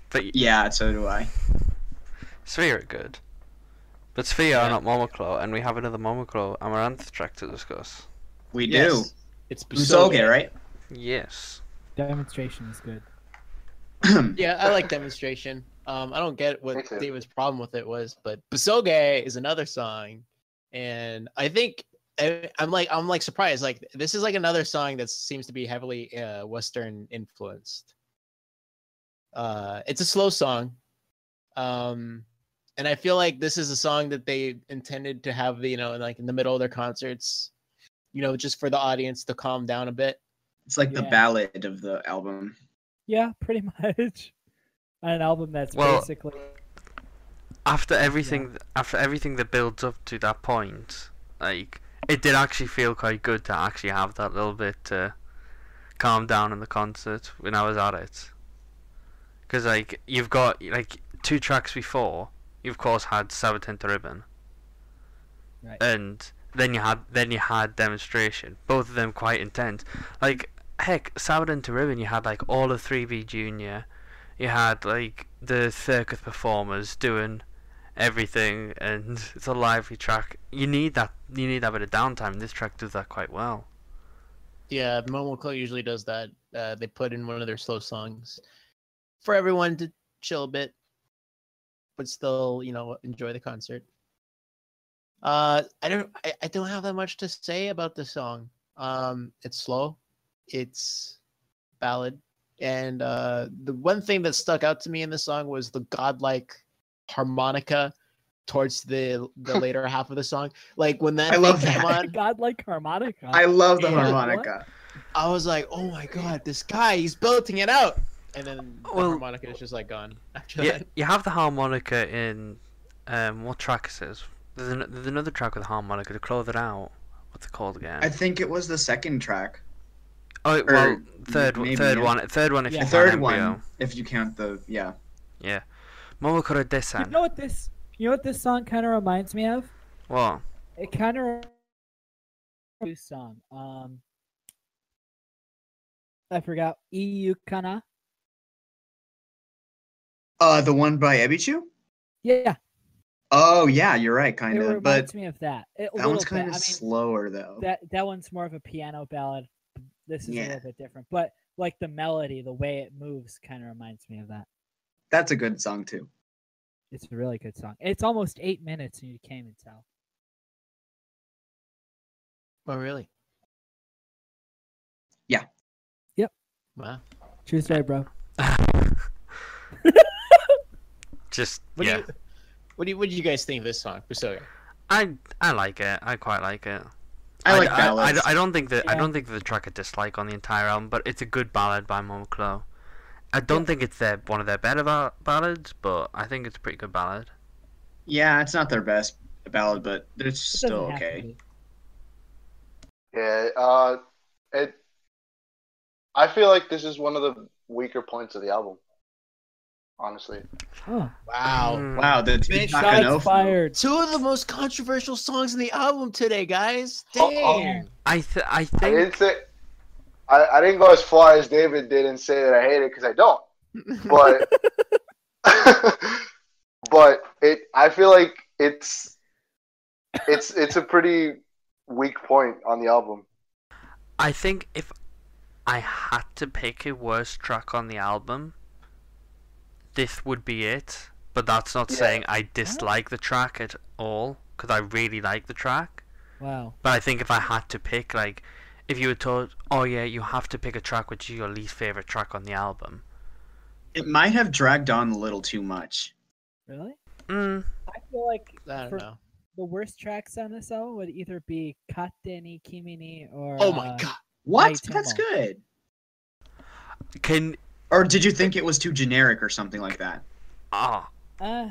S1: But y-
S3: yeah. So do I.
S1: Sphere are good. But Sphere are
S2: Yeah.
S1: not Momoclaw, and we have another Momoclaw Amaranth track to discuss.
S3: We do.
S2: Yes. It's
S3: It's okay,
S2: Busoga.
S3: right?
S1: Yes.
S4: Demonstration is good.
S2: Yeah, I like demonstration. Um, I don't get
S5: Me
S2: what
S5: too.
S2: David's problem with it was, but Basoge is another song, and I think I, I'm like I'm like surprised. Like this is like another song that seems to be heavily uh, Western influenced. Uh, it's a slow song, um, and I feel like this is a song that they intended to have you know like in the middle of their concerts, you know, just for the audience to calm down a bit.
S3: It's like the
S4: Yeah.
S3: ballad of the album.
S4: Yeah, pretty much. On an album that's
S1: Well-
S4: basically
S1: After everything, after everything that builds up to that point, like it did actually feel quite good to actually have that little bit to calm down in the concert when I was at it. Because like you've got like two tracks before, you of course had Sabaton to Ribbon,
S4: Right.
S1: and then you had then you had demonstration. Both of them quite intense. Like heck, Sabaton to Ribbon, you had like all of 3B Junior, you had like the circus performers doing everything, and it's a lively track. You need that you need that bit of downtime. and This track does that quite well.
S2: Yeah, Momoclo usually does that. Uh, they put in one of their slow songs for everyone to chill a bit, but still, you know, enjoy the concert. Uh, I don't, I, I don't have that much to say about this song. Um, it's slow, it's ballad, and uh, the one thing that stuck out to me in this song was the godlike harmonica towards the the later half of the song. Like when that
S3: I love
S2: thing came
S3: that.
S2: on,
S4: godlike harmonica.
S3: I love the
S2: Yeah.
S3: harmonica.
S2: I was like, oh my god, this guy, he's belting it out. And then the
S1: Well-
S2: harmonica is just like gone after
S1: yeah,
S2: that.
S1: you have the harmonica in um, what track is this? There's, an, there's another track with a harmonica to close it out. What's it called again?
S3: I think it was the second track.
S1: oh, well,
S3: or
S1: third,
S3: maybe,
S1: third
S3: yeah.
S1: one, third one. If
S4: Yeah.
S1: you
S3: The third
S1: count
S3: one,
S1: Embryo.
S3: if you count the yeah.
S1: Momokura
S4: You
S1: Desan.
S4: know what this? You know what this song kind of reminds me of?
S1: What?
S4: It kind of reminds song. Um, I forgot. EU kana.
S3: Uh, the one by Ebichu.
S4: Yeah,
S3: Oh yeah, you're right,
S4: it
S3: kind of.
S4: reminds
S3: But
S4: me of that. It,
S3: that one's
S4: kind of. I mean,
S3: slower though.
S4: that that one's more of a piano ballad. This is
S3: Yeah.
S4: a little bit different, but like the melody, the way it moves, kind of reminds me of that.
S3: That's a good song too.
S4: It's a really good song. It's almost eight minutes, and you can't even tell.
S2: Oh, really?
S3: Yeah.
S4: Yep.
S2: Wow.
S4: True story, bro.
S1: Just
S2: What
S1: yeah.
S2: do you, what do you, what do you guys think of this song, Busoga?
S1: I I like it. I quite like it.
S3: I like
S1: I, I,
S3: ballads.
S1: I don't think that I
S4: Yeah.
S1: don't think the track I dislike on the entire album, but it's a good ballad by Momoclo. I don't think it's their one of their better ba- ballads, but I think it's a pretty good ballad.
S3: Yeah, it's not their best ballad, but it's
S4: It doesn't
S3: still
S4: have to
S3: okay.
S4: be.
S5: Yeah, uh, it. I feel like this is one of the weaker points of the album. Honestly,
S4: Huh.
S2: Wow.
S1: Mm.
S3: Wow, the
S2: Big
S3: Tiktok
S4: Shots
S3: and Ofu.
S4: fired.
S2: Two of the most controversial songs in the album today, guys.
S5: Oh, oh.
S2: Damn.
S1: I th- I
S5: I
S1: think
S5: didn't say. I, I didn't go as far as David did and say that I hate it because I don't. But, but it. I feel like it's. It's it's a pretty weak point on the album.
S1: I think if I had to pick a worst track on the album, this would be it. But that's not
S5: Yeah.
S1: saying I dislike the track at all, because I really like the track.
S4: Wow.
S1: But I think if I had to pick, like, if you were told, oh yeah, you have to pick a track which is your least favorite track on the album.
S3: It might have dragged on a little too much.
S4: Really?
S1: Mm,
S4: I feel like
S2: I don't
S4: for-
S2: know.
S4: the worst tracks on this album would either be Kate ni Kimi ni or
S2: Oh my
S4: uh,
S2: god.
S3: What?
S4: Night
S3: That's
S4: Temple.
S3: good.
S1: can
S3: Or did you think it was too generic or something like that?
S1: ah,
S4: Uh,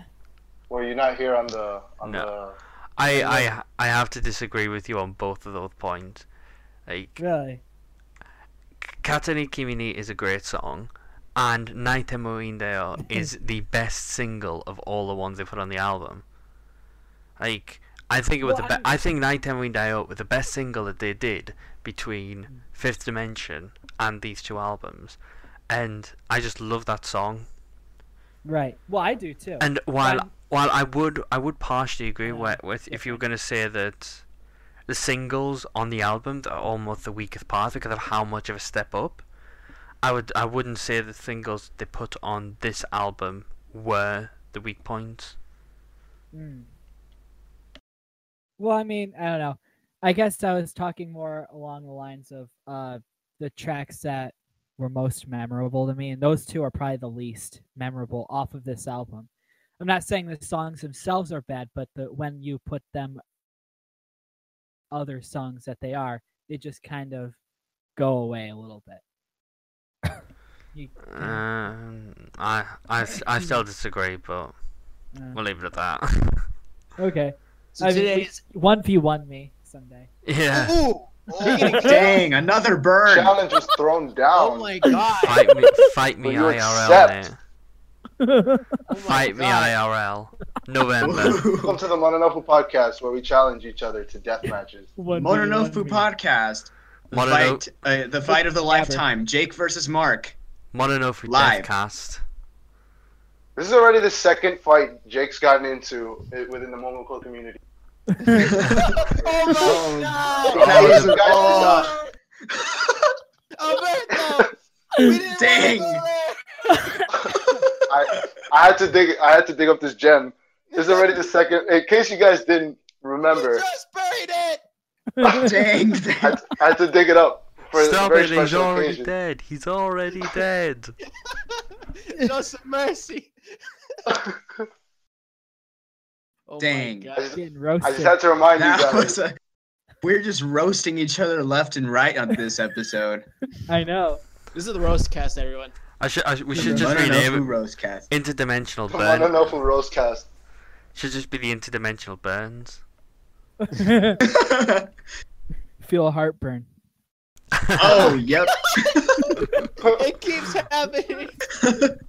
S5: Well, you're not here on the on
S1: No. I I I have to disagree with you on both of those points. Like,
S4: really?
S1: Katani Kimini is a great song, and Naite mo Indeo is the best single of all the ones they put on the album. Like, I think it was
S4: Well,
S1: the
S4: I
S1: be- I think Nighttime We Die Out was the best single that they did
S4: Mm.
S1: between Fifth Dimension and these two albums, and I just love that song.
S4: Right. Well, I do too.
S1: And while
S5: Um,
S4: I'm-
S1: while I would I would partially agree with, with if you were
S4: different.
S1: going to say that the singles on the album are almost the weakest part because of how much of a step up, I would I wouldn't say the singles they put on this album were the weak points.
S4: Mm. Well, I mean, I don't know. I guess I was talking more along the lines of uh, the tracks that were most memorable to me, and those two are probably the least memorable off of this album. I'm not saying the songs themselves are bad, but the when you put them other songs that they are, they just kind of go away a little bit. you,
S5: Hmm.
S4: uh,
S1: Um, I, I, s- I still disagree, but we'll leave it at that.
S4: okay,
S2: So
S4: I mean, we-
S2: today's
S4: one v one me someday.
S1: yeah,
S3: Ooh,
S5: Oh,
S3: dang, another burn.
S5: challenge was thrown down.
S2: oh my god,
S1: fight me, fight me
S5: Will you
S1: IRL,
S5: accept?
S1: mate.
S2: oh my
S1: Fight me IRL.
S2: God.
S5: uh,
S1: November.
S5: Welcome to the Mononofu podcast, where we challenge each other to death matches.
S4: One
S3: Mononofu podcast. The
S1: Monono-
S3: fight, uh, the fight of the lifetime. Jake versus Mark.
S1: Mononofu
S3: Live.
S1: Deathcast.
S5: This is already the second fight Jake's gotten into i- within the Momoko community.
S2: Oh my
S5: That
S1: was
S5: a-
S2: god! Alberto! We didn't
S3: Dang.
S2: wanna go there.
S5: I, I had to dig. I had to dig up this gem. This is already the second. In case you guys didn't
S2: You
S5: remember,
S2: just buried it!
S3: Dang.
S5: I,
S3: dang.
S5: I had to dig it up for a
S1: Stop
S5: very
S1: it, he's
S5: special
S1: already
S5: occasion.
S1: dead. He's already dead.
S2: Just some mercy. Oh my
S3: Dang.
S2: God.
S5: I just,
S4: Getting
S5: I
S4: roasted.
S5: just had to remind you
S3: That
S5: guys.
S3: was a, we're just roasting each other left and right on this episode.
S4: I know.
S2: This is the roast cast, everyone.
S1: I should, I, sh- we
S3: The
S1: should just
S3: Mononofu
S1: rename it
S3: roast cast.
S1: Interdimensional
S5: Come on,
S1: Burn.
S5: enough of Rosecast.
S1: Should just be the Interdimensional Burns.
S4: Feel a heartburn.
S3: oh, yep.
S2: It keeps happening.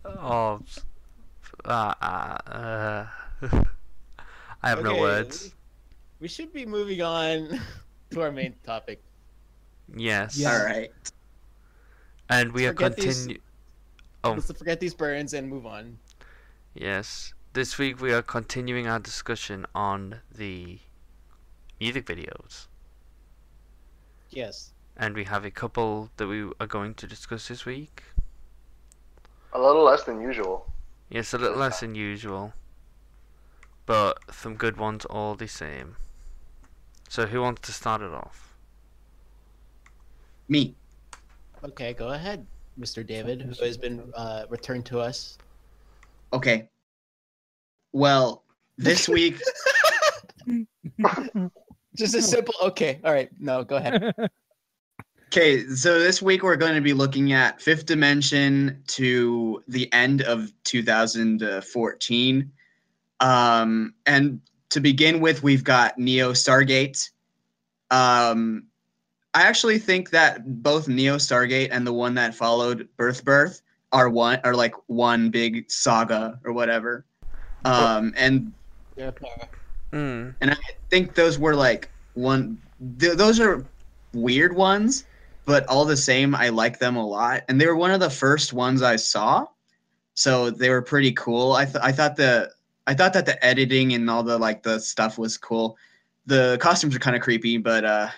S1: Oh, s- ah, ah, uh, I have no
S2: Okay,
S1: words.
S2: We should be moving on to our main topic.
S1: Yes.
S4: Yeah.
S3: All right.
S1: And we are
S2: Forget these-
S1: continu- Oh.
S2: Let's forget these burns and move on.
S1: Yes. This week we are continuing our discussion on the music videos.
S2: Yes.
S1: And we have a couple that we are going to discuss this week.
S5: A little less than usual.
S1: Yes, a little less than usual. But some good ones all the same. So who wants to start it off?
S3: Me.
S2: Okay, go ahead, Mr. David, who has been uh, returned to us.
S3: Okay. Well, this week.
S2: Just a simple. Okay, all right. No, go ahead.
S3: Okay, so this week we're going to be looking at Fifth Dimension to the end of 2014. Um, and to begin with, we've got Neo Stargate. Um, I actually think that both Neo Stargate and the one that followed Birth Birth are one are like one big saga or whatever. Um, and
S2: Yeah,
S1: Mm.
S3: think those were like one th- those are weird ones but all the same i like them a lot and they were one of the first ones i saw so they were pretty cool i, th- I thought the i thought that the editing and all the like the stuff was cool the costumes are kind of creepy but uh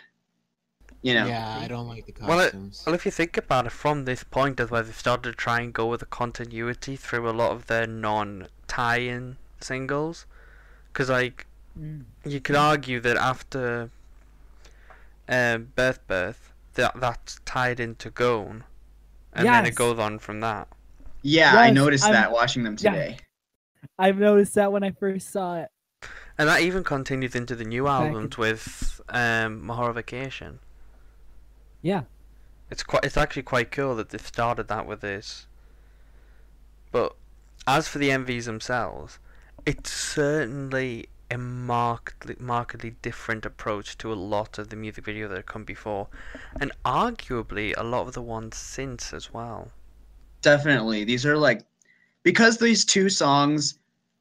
S3: you know
S2: I don't like the
S1: Well, it-
S2: costumes.
S1: Well, if you think about it, from this point is where they've started to try and go with a continuity through a lot of their non-tie-in singles. Because, like,
S4: Mm.
S1: you could argue that after um, birth birth that that's tied into gone and then it
S4: Yes.
S1: goes on from that
S3: yeah i
S4: Yes,
S3: noticed
S4: I'm-
S3: that watching them
S4: yeah.
S3: today
S4: I've noticed that when I first saw it.
S1: and that even continues into the new
S4: Back
S1: albums with um Mahara Vacation
S4: Yeah.
S1: it's quite it's actually quite cool that they've started that with this but as for the MVs themselves it's certainly a markedly markedly different approach to a lot of the music video that have come before and arguably a lot of the ones since as well
S3: definitely these are like because these two songs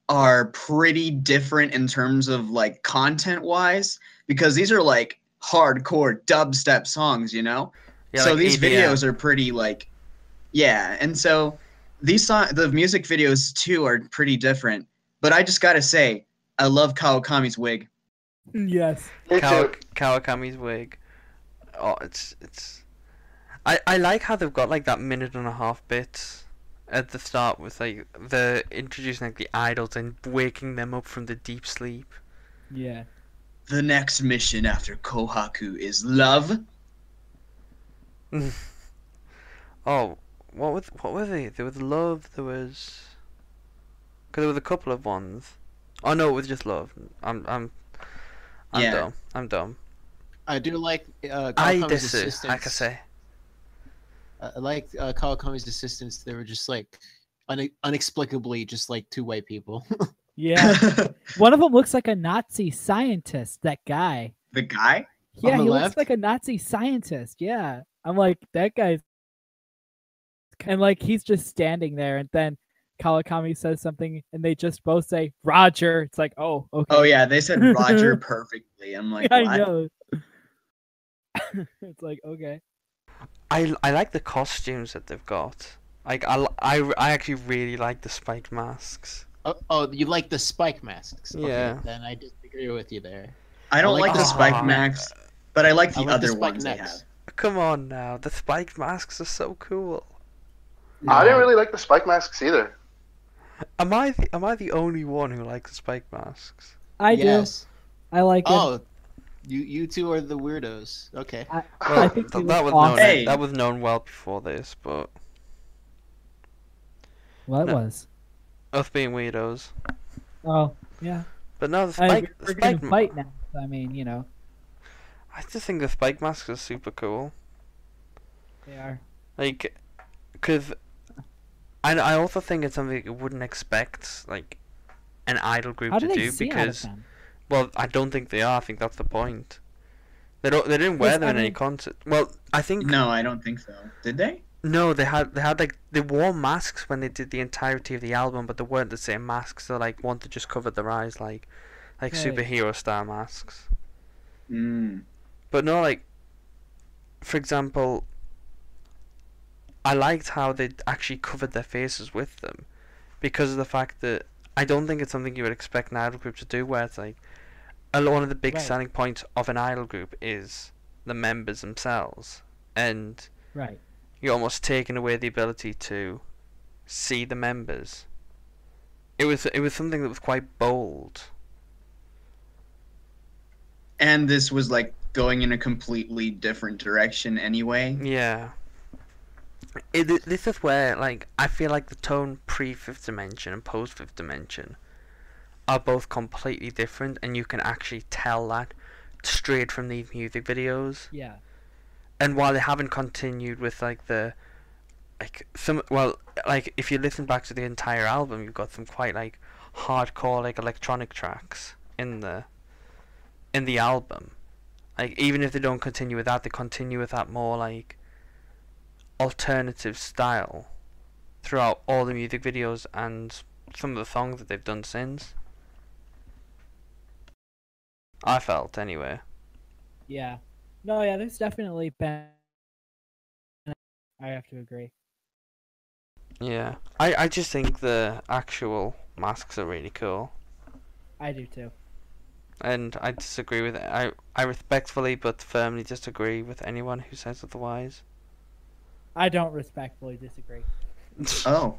S3: are pretty different in terms of like content wise because these are like hardcore dubstep songs, you know?
S1: Yeah,
S3: so
S1: like E
S3: these
S1: EDM.
S3: videos are pretty like yeah, and so these song the music videos too are pretty different. But I just gotta say, I love Kawakami's wig.
S4: Yes.
S5: Me
S1: Kawa-
S5: too.
S1: Kawakami's wig. Oh, it's it's. I I like how they've got like that minute and a half bit at the start with like the introducing like the idols and waking them up from the deep sleep.
S4: Yeah.
S3: The next mission after Kohaku is love.
S1: Oh, what were th- what were they? There was love. There was. Cause there was a couple of ones. Oh no, it was just love. I'm I'm. I'm
S3: Yeah.
S1: dumb. I'm dumb.
S2: I do like uh,
S1: I
S2: Kawakami's
S1: desu.
S2: assistants.
S1: I can say.
S2: I I like uh, Kawakami's assistants. They were just like un- unexplicably just like two white people.
S4: Yeah. One of them looks like a Nazi scientist. That guy.
S3: the guy?
S4: Yeah,
S2: the
S4: he looks
S2: left?
S4: like a Nazi scientist. Yeah. I'm like, that guy's. And like, he's just standing there. And then Kawakami says something, and they just both say, Roger. It's like, oh, okay.
S3: Oh yeah, they said Roger perfectly. I'm like,
S4: I
S3: what?
S4: know. it's like, okay.
S1: I l- I like the costumes that they've got. Like I l- I r- I actually really like the spiked masks.
S2: oh, oh, you like the spike masks? Okay,
S1: Yeah.
S2: Then I disagree with you there.
S3: I don't
S2: I
S3: like,
S2: like
S3: the
S1: the
S3: spike
S1: spike.
S3: max, but I like
S2: I
S3: the
S2: like the
S3: other
S2: spike
S3: ones they
S2: necks.
S3: have.
S1: Come on now, the spiked masks are so cool.
S5: I didn't really like the spike masks either.
S1: Am I the am I the only one who likes the spiked masks?
S4: I
S2: yes.
S4: do. I like it.
S2: Oh, you you two are the weirdos. Okay.
S1: Well,
S4: I think
S1: th-
S4: it
S1: that was
S4: was
S1: known
S4: awesome.
S3: Hey.
S1: that was known well before this, but
S4: well, it
S1: no.
S4: was.
S1: us being weirdos.
S4: Oh, yeah.
S1: But no, the
S4: I,
S1: spike,
S4: we're going
S1: spike
S4: to
S1: ma-
S4: fight now. so I mean, you know,
S1: I just think the spike masks are super cool.
S4: they are.
S1: Like, cause, and I also think it's something you wouldn't expect like an idol group
S4: How
S1: to
S4: do they
S1: do
S4: see out of
S1: because
S4: them?
S1: Well, I don't think they are. I think that's the point. They don't. They didn't wear
S4: Yes,
S1: them
S4: I
S1: in any
S4: mean-
S1: concert. Well, I think no.
S3: No, I don't think so. Did they?
S1: They had. They had like they wore masks when they did the entirety of the album, but they weren't the same masks. They like one to just cover their eyes, like, like
S4: Right.
S1: superhero style masks.
S3: Mm.
S1: But no, like, for example, I liked how they actually covered their faces with them, because of the fact that I don't think it's something you would expect an idol group to do. Where it's like, a lo- one of the big
S4: Right.
S1: selling points of an idol group is the members themselves, and
S4: Right.
S1: you're almost taking away the ability to see the members. It was it was something that was quite bold.
S3: And this was like going in a completely different direction anyway.
S1: Yeah. It, th- this is where, like, I feel like the tone pre Fifth Dimension and post Fifth Dimension are both completely different, and you can actually tell that straight from these music videos.
S4: Yeah.
S1: And while they haven't continued with like the, like some, well, like if you listen back to the entire album, you've got some quite like hardcore like electronic tracks in the, in the album. Like even if they don't continue with that, they continue with that more like alternative style throughout all the music videos and some of the songs that they've done since. I felt anyway.
S4: Yeah. No, yeah, there's definitely been. I have to agree.
S1: Yeah. I, I just think the actual masks are really cool.
S4: I do too.
S1: And I disagree with I I respectfully but firmly disagree with anyone who says otherwise.
S4: I don't respectfully disagree.
S3: Oh,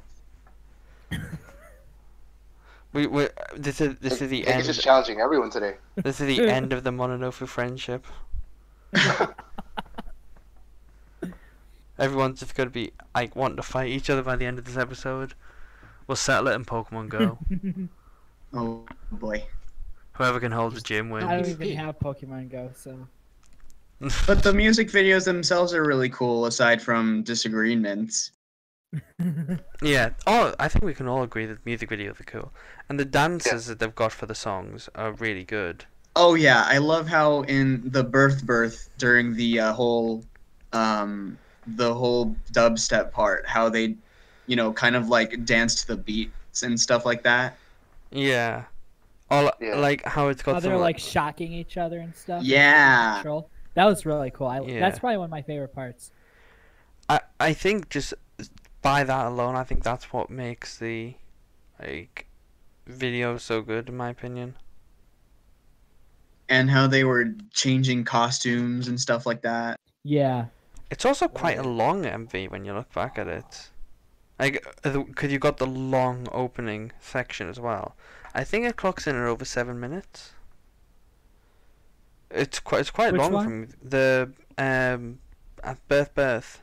S1: We we this is this is the
S5: Nick is
S1: end
S5: just challenging everyone today.
S1: this is the end of the Mononofu friendship. Everyone's just gonna be like wanting to fight each other by the end of this episode. We'll settle it in Pokemon Go.
S3: oh boy.
S1: Whoever can hold the gym
S4: I
S1: wins.
S4: don't even
S2: PvP.
S4: have Pokemon Go, so.
S3: But the music videos themselves are really cool, aside from disagreements.
S1: Yeah. Oh, I think we can all agree that music videos are cool, and the dances that they've got for the songs are really good.
S3: Oh yeah, I love how in the birth birth during the uh, whole, um, the whole dubstep part, how they, you know, kind of like danced the beats and stuff like that.
S1: Yeah. Or
S5: Yeah.
S1: like how it's got
S4: How
S1: some
S4: they're like shocking each other and stuff.
S3: Yeah.
S4: Control. That was really cool. I,
S1: Yeah.
S4: That's probably one of my favorite parts.
S1: I I think just by that alone, I think that's what makes the like video so good in my opinion.
S3: And how they were changing costumes and stuff like that.
S4: Yeah.
S1: It's also quite a long MV when you look back at it. Like, because you got the long opening section as well. I think it clocks in at over seven minutes. It's quite it's quite
S4: Which
S1: long
S4: one?
S1: from the um at birth birth.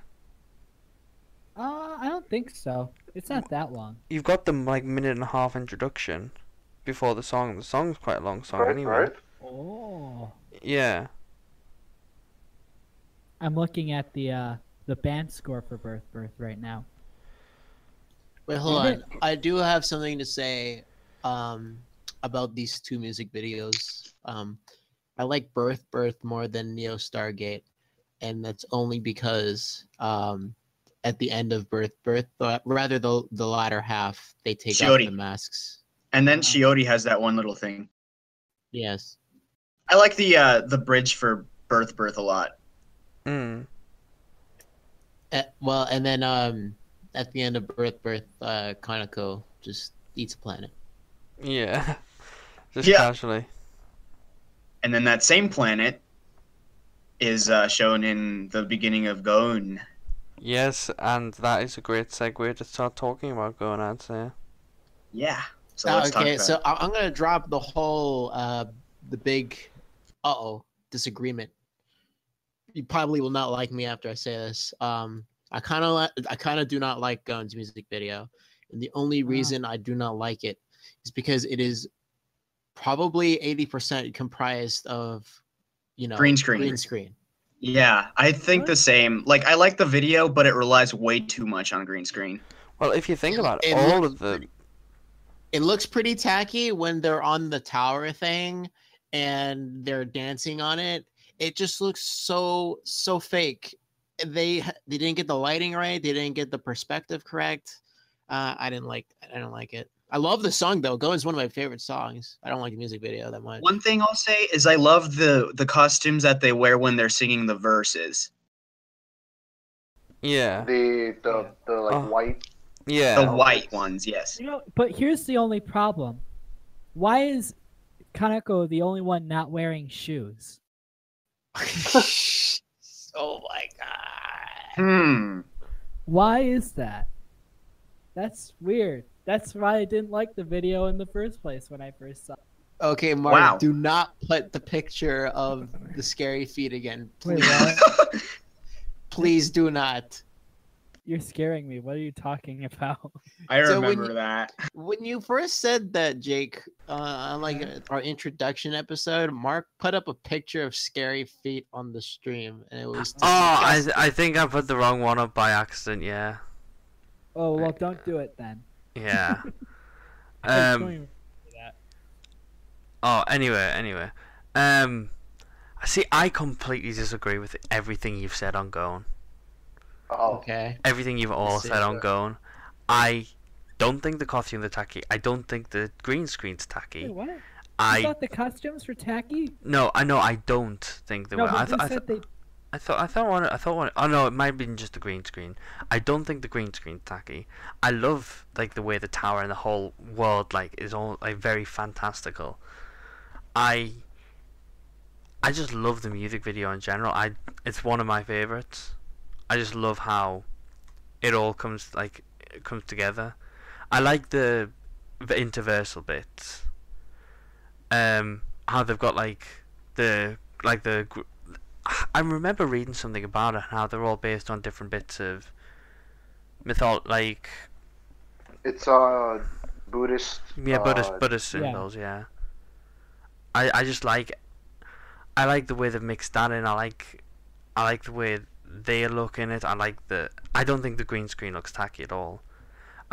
S4: Uh, I don't think so. It's not that long.
S1: You've got the like minute and a half introduction before the song. The song's quite a long song
S5: Right,
S1: anyway.
S5: right?
S4: Oh.
S1: Yeah.
S4: I'm looking at the uh, the band score for Birth Birth right now.
S2: Wait, hold
S4: Isn't
S2: on. I do have something to say um, about these two music videos. Um, I like Birth Birth more than Neo Stargate, and that's only because um, at the end of Birth Birth, uh, rather the the latter half, they take
S3: Shiori.
S2: off the masks.
S3: And then
S4: Wow.
S3: Shiori has that one little thing.
S2: Yes.
S3: I like the uh, the bridge for Birth Birth a lot.
S1: Mm.
S2: Eh, well, and then um, at the end of Birth Birth, uh, Kanako just eats a planet.
S1: Yeah. Just
S3: Yeah.
S1: casually.
S3: And then that same planet is uh, shown in the beginning of Gon.
S1: Yes, and that is a great segue to start talking about Gonads here.
S3: Yeah. So
S2: Oh,
S3: let's talk
S2: okay,
S3: about
S2: so I- I'm gonna drop the whole uh the big uh oh disagreement. You probably will not like me after I say this. Um, I kind of li- I kind of do not like Guns music video, and the only
S4: Ah.
S2: reason I do not like it is because it is probably eighty percent comprised of you know
S3: Green screen.
S2: green screen.
S3: Yeah, I think
S4: What?
S3: the same. Like, I like the video, but it relies way too much on green screen.
S1: Well, if you think
S2: It-
S1: about it,
S2: it
S1: all
S2: looks
S1: of the
S2: it looks pretty tacky when they're on the tower thing and they're dancing on it. It just looks so so fake. They they didn't get the lighting right. They didn't get the perspective correct. Uh, I didn't like I didn't like it. I love the song though. Go is one of my favorite songs. I don't like the music video that much.
S3: One thing I'll say is I love the the costumes that they wear when they're singing the verses.
S1: Uh, yeah,
S5: The the
S4: Yeah.
S5: the like
S1: Uh,
S5: white.
S1: yeah,
S3: The white ones, yes.
S4: You know, but here's the only problem. Why is Kaneko the only one not wearing shoes?
S2: oh my god!
S3: Hmm.
S4: Why is that? That's weird. That's why I didn't like the video in the first place when I first saw. it.
S2: Okay, Mark,
S3: Wow.
S2: do not put the picture of the scary feet again.
S4: Wait,
S2: Please,
S4: what?
S2: please do not.
S4: You're scaring me. What are you talking about?
S3: I
S2: So when
S3: remember
S2: you-
S3: that.
S2: when you first said that, Jake, uh, on like uh, our introduction episode, Mark put up a picture of scary feet on the stream, and it was.
S1: Oh, I I think I put the wrong one up by accident. Yeah,
S4: Oh well, don't do it then.
S1: yeah.
S4: I
S1: um.
S4: don't even-
S1: Oh, anyway, anyway. Um. See, I completely disagree with everything you've said on Gone.
S5: Oh,
S2: okay.
S1: Everything you've all
S2: see,
S1: said on
S2: sure.
S1: Gone. I don't think the costumes are tacky. I don't think the green screen's
S4: Wait,
S1: tacky.
S4: what? You
S1: I
S4: thought the costumes were tacky?
S1: no, I know I don't think they
S4: No,
S1: were. I,
S4: but
S1: th-
S4: you
S1: I, th-
S4: said they
S1: I thought I thought one I thought one oh no it might have been just the green screen. I don't think the green screen's tacky. I love like the way the tower and the whole world like is all like very fantastical. I I just love the music video in general. I it's one of my favorites. I just love how it all comes like it comes together. I like the the interversal bits. Um, how they've got like the like the gr- I remember reading something about it and how they're all based on different bits of mythol like
S5: it's uh Buddhist.
S1: yeah Buddhist
S5: uh,
S1: Buddhist
S4: yeah.
S1: symbols yeah. I I just like I like the way they've mixed that in. I like I like the way they look in it. I like the I don't think the green screen looks tacky at all.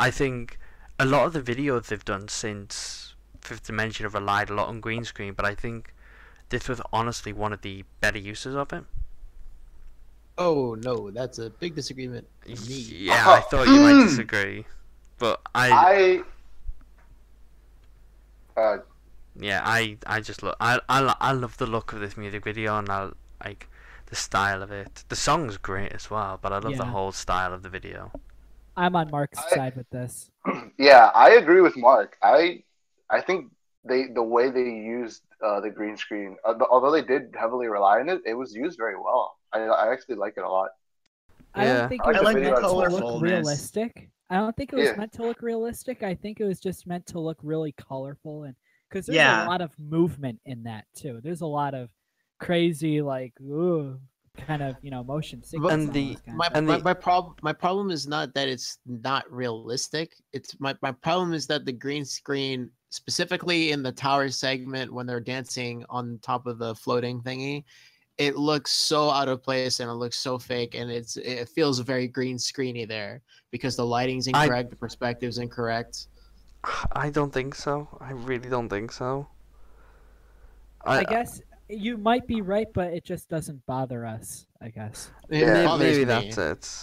S1: I think a lot of the videos they've done since Fifth Dimension have relied a lot on green screen, but I think this was honestly one of the better uses of it.
S2: Oh no, that's a big disagreement. with Me.
S1: Yeah, I thought you might
S3: Mm.
S1: disagree, but I,
S5: I Uh,
S1: yeah, I I just look I, I lo- I love the look of this music video and I like the style of it. The song's great as well, but I love the
S4: Yeah.
S1: whole style of the video.
S4: I'm on Mark's
S5: I-
S4: side with this.
S5: yeah, I agree with Mark. I I think they the way they used uh, the green screen, uh, the- although they did heavily rely on it, it was used very well. I, I actually like it a lot.
S4: I
S1: Yeah.
S4: don't think
S5: I
S4: it was
S5: like the
S4: meant to
S3: colorfulness.
S4: look realistic. I don't think it was
S5: Yeah.
S4: meant to look realistic. I think it was just meant to look really colorful and because there's
S3: Yeah.
S4: a lot of movement in that too. There's a lot of crazy like ooh kind of you know motion sickness.
S1: And
S4: all
S1: the-
S4: those kinds
S2: my,
S4: of-
S1: And
S2: my,
S1: the-
S2: my problem my problem is not that it's not realistic it's my, my problem is that the green screen specifically in the tower segment when they're dancing on top of the floating thingy it looks so out of place and it looks so fake and it's it feels very green screeny there because the lighting's
S1: I-
S2: incorrect the perspective's incorrect
S1: I don't think so. I really don't think so. I,
S4: I guess you might be right, but it just doesn't bother us. I guess.
S2: It
S1: yeah,
S2: bothers
S1: maybe
S2: me.
S1: that's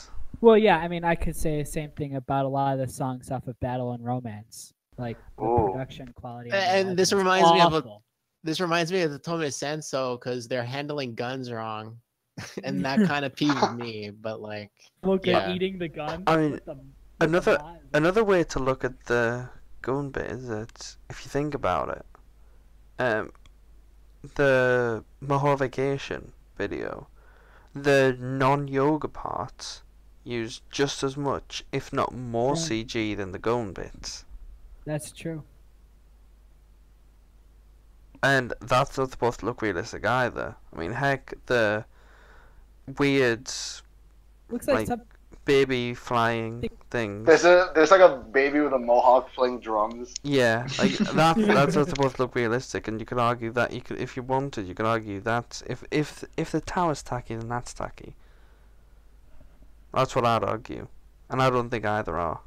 S1: it.
S4: Well, yeah. I mean, I could say the same thing about a lot of the songs off of Battle and Romance, like the
S5: Ooh.
S4: production quality. on
S2: A-
S4: that
S2: and
S4: album
S2: this
S4: is
S2: reminds me of a-
S4: awful.
S2: this reminds me of the Tome Senso because they're handling guns wrong and that kind of peeves me but like
S4: Look, they're
S2: yeah.
S4: eating the gun.
S1: I mean,
S4: with the- with the
S1: another-
S4: knives.
S1: Another way to look at the gun bit is that if you think about it, um, the Mahal Vacation video, the non-yoga parts use just as much, if not more,
S4: Yeah.
S1: CG than the gun bits,
S4: That's true.
S1: and that's not supposed to look realistic either. I mean, heck, the weird
S4: Looks like,
S1: Like-
S4: some.
S1: baby flying things.
S5: There's a there's like a baby with a mohawk playing drums.
S1: Yeah, like that. That's not supposed to look realistic, and you could argue that you could, if you wanted, you could argue that if if if the tower's tacky, then that's tacky. That's what I'd argue, and I don't think either are.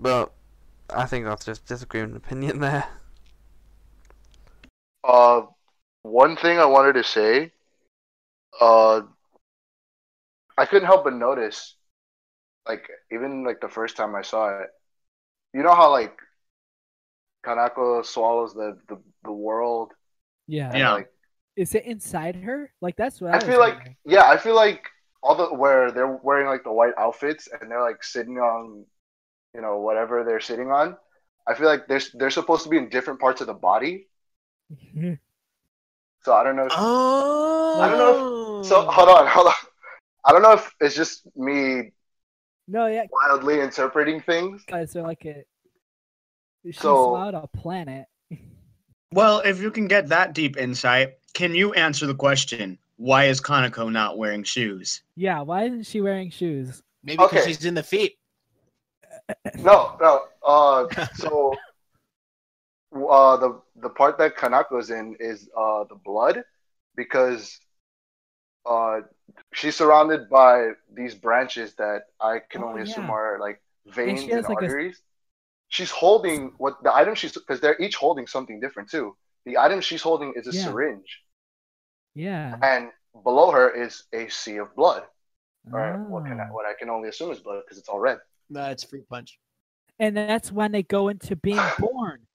S1: But I think that's just disagreeing opinion there.
S5: Uh, one thing I wanted to say, uh, I couldn't help but notice, like even like the first time I saw it, you know how like Kanako swallows the the, the world.
S4: Yeah.
S5: and,
S3: Yeah.
S5: Like,
S4: Is it inside her? Like that's what I,
S5: I
S4: was
S5: feel like
S4: wondering.
S5: yeah, I feel like all the where they're wearing like the white outfits and they're like sitting on, you know, whatever they're sitting on. I feel like they're they're supposed to be in different parts of the body. So I don't know. If,
S2: Oh,
S5: I don't So
S4: Mm.
S5: hold on, hold on. I don't know if it's just me
S4: no, yeah,
S5: wildly interpreting things.
S4: guys are like a. She
S5: So-
S4: swallowed a planet.
S3: Well, if you can get that deep insight, can you answer the question? Why is Kanako not wearing shoes?
S4: Yeah, why isn't she wearing shoes?
S2: Maybe because
S5: Okay.
S2: she's in the feet.
S5: No, no. Uh, so uh, the the part that Kanako's in is uh, the blood, because uh, she's surrounded by these branches that I can
S4: Oh,
S5: only assume
S4: yeah.
S5: are like veins
S4: she
S5: and,
S4: has, like, a-
S5: arteries. She's holding what the item she's because they're each holding something different too. The item she's holding is a
S4: Yeah.
S5: syringe,
S4: Yeah.
S5: and below her is a sea of blood. Or what, can I,
S4: Ah.
S5: what I can only assume is blood because it's all red.
S2: No, it's fruit punch.
S4: And that's when they go into being born.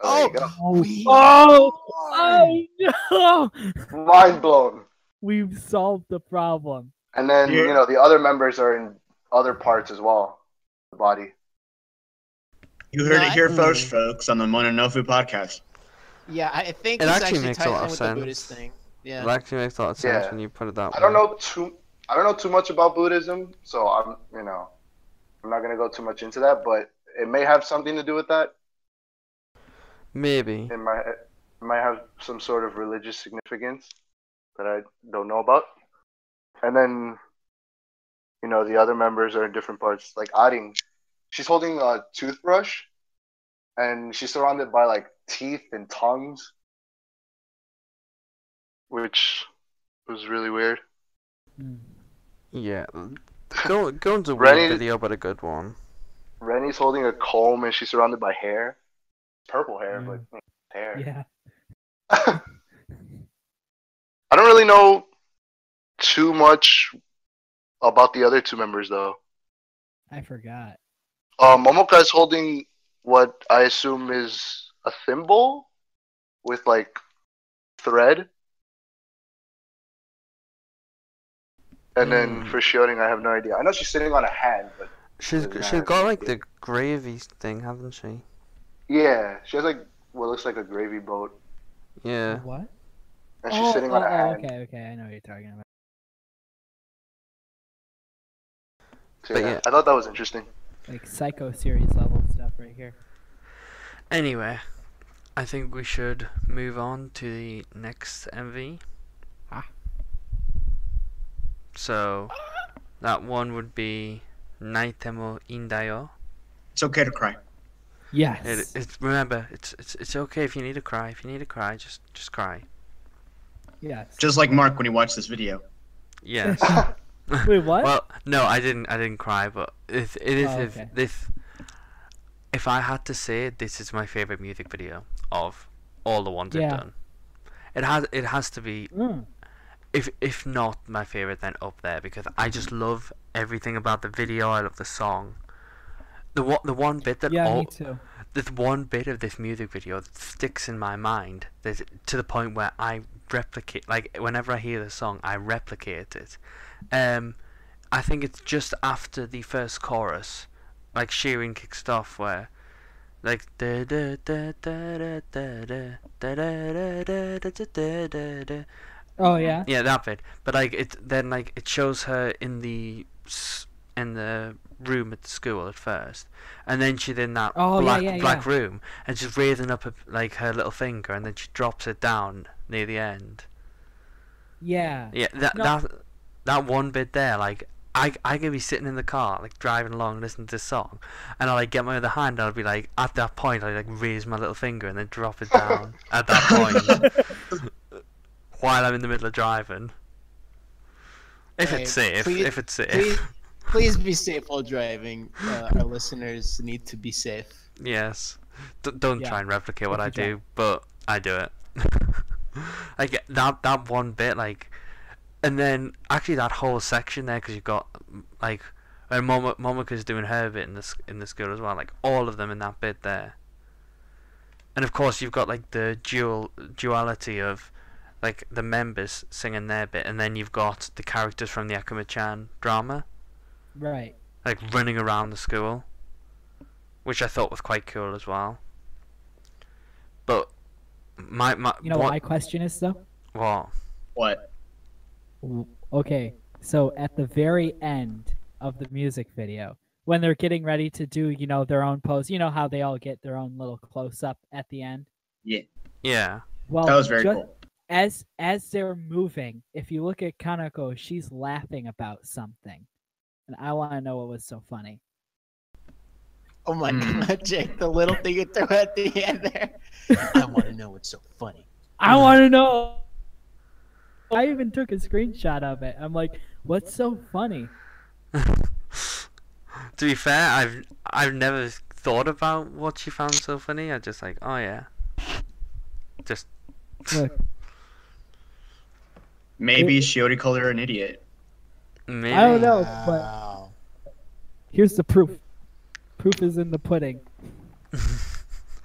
S5: Oh, there you
S2: Oh.
S4: Oh,
S2: We
S4: oh, oh no!
S5: go. mind blown.
S4: We've solved the problem.
S5: And then
S3: Yeah.
S5: you know the other members are in other parts as well, the body.
S3: You heard
S2: Not-
S3: it here first,
S1: Mm.
S3: folks, on the Mononofu podcast.
S2: Yeah, I I think
S1: It
S2: this
S1: actually
S2: actually
S1: makes a
S2: ties
S1: lot
S2: in
S1: of
S2: with
S1: sense.
S2: the Buddhist thing. Yeah.
S1: It actually makes a lot of sense
S5: Yeah.
S1: when you put it that
S5: I don't
S1: way.
S5: know too. I don't know too much about Buddhism, so I'm you know, I'm not gonna go too much into that. But it may have something to do with that.
S1: Maybe.
S5: It might it might have some sort of religious significance that I don't know about. And then, you know, the other members are in different parts. Like Arin, she's holding a toothbrush, and she's surrounded by like teeth and tongues, which was really weird.
S4: Hmm.
S1: Yeah. Go go into
S5: Ready-
S1: weird video, but a good one.
S5: Rennie's holding a comb, and she's surrounded by hair, purple hair,
S4: Yeah.
S5: but mm, hair.
S4: Yeah.
S5: I don't really know too much about the other two members though.
S4: I forgot.
S5: Uh, Momoka is holding what I assume is a thimble with like thread. And then
S1: Hmm.
S5: for shielding, I have no idea. I know she's sitting on a hand, but
S1: She's
S5: Doesn't
S1: she's
S5: matter.
S1: got like the gravy thing, hasn't she?
S5: yeah, she has like what looks like a gravy boat,
S1: Yeah.
S4: What?
S5: and she's
S4: oh,
S5: sitting
S4: oh,
S5: on a
S4: oh,
S5: hand.
S4: okay, okay, I know what you're talking about.
S5: So,
S1: But
S5: yeah,
S1: yeah.
S5: I thought that was interesting.
S4: Like psycho series level stuff right here.
S1: Anyway, I think we should move on to the next MV.
S4: Ah.
S1: So that one would be Naitemo Indayo.
S3: It's okay to cry.
S4: Yes.
S1: It, it's remember, it's it's it's okay if you need to cry. If you need to cry, just just cry.
S4: yes.
S3: Just like Mark when he watched this video.
S1: Yes.
S4: Wait, what?
S1: Well, no, I didn't. I didn't cry, but it, it is
S4: Oh,
S1: if
S4: okay.
S1: this. If I had to say, it, this is my favorite music video of all the ones
S4: Yeah.
S1: I've done. It has it has to be
S4: Mm.
S1: if if not my favorite, then up there because I just love everything about the video. I love the song. The one the one bit that
S4: Yeah,
S1: all
S4: me too.
S1: this one bit of this music video that sticks in my mind that to the point where I replicate like whenever I hear the song I replicate it um I think it's just after the first chorus like Sheeran kicks it off where like da da da da da da da da da da da da da da da
S4: Oh yeah.
S1: yeah, that bit. But like it then like it shows her in the s- in the room at school at first, and then she's in that
S4: Oh, yeah,
S1: black
S4: yeah,
S1: black room, and she's raising up her, like her little finger, and then she drops it down near the end.
S4: Yeah.
S1: Yeah, that
S4: No.
S1: that that one bit there, like. I, I could be sitting in the car, like driving along, listening to this song, and I'll like get my other hand, and I'll be like, at that point, I like raise my little finger and then drop it down at that point while I'm in the middle of driving. If
S2: Right.
S1: it's safe,
S2: Please-
S1: if it's safe,
S2: Please, please be safe while driving. Uh, our listeners need to be safe.
S1: yes. D- don't
S4: Yeah.
S1: try and replicate what
S4: Don't
S1: I
S4: you try.
S1: do, but I do it. like that that one bit, like, and then actually that whole section there, because you've got like, and Mom- Momoka's doing her bit in this in the school as well, like all of them in that bit there. And of course you've got like the dual duality of like the members singing their bit, and then you've got the characters from the Akuma-chan drama.
S4: Right.
S1: like running around the school, which I thought was quite cool as well. But my my
S4: You know what
S1: what,
S4: my question is though?
S1: what
S3: What?
S4: W- Okay, so at the very end of the music video, when they're getting ready to do, you know, their own pose, you know how they all get their own little close up at the end.
S1: yeah
S4: Well,
S3: That was very
S4: Oh, ju-
S3: cool.
S4: As as they're moving, if you look at Kanako, she's laughing about something, and I want to know what was so funny.
S2: Oh my
S3: Hmm.
S2: god, Jake, the little thing you threw at the end there. I want to know what's so funny.
S4: I want to know. Mm. I even took a screenshot of it. I'm like, what's so funny?
S1: to be fair I've I've never thought about what she found so funny I just like oh yeah just
S4: Look,
S3: Maybe Shiori called her an idiot.
S1: maybe
S4: I don't know, but
S2: Wow.
S4: here's the proof. Proof is in the pudding.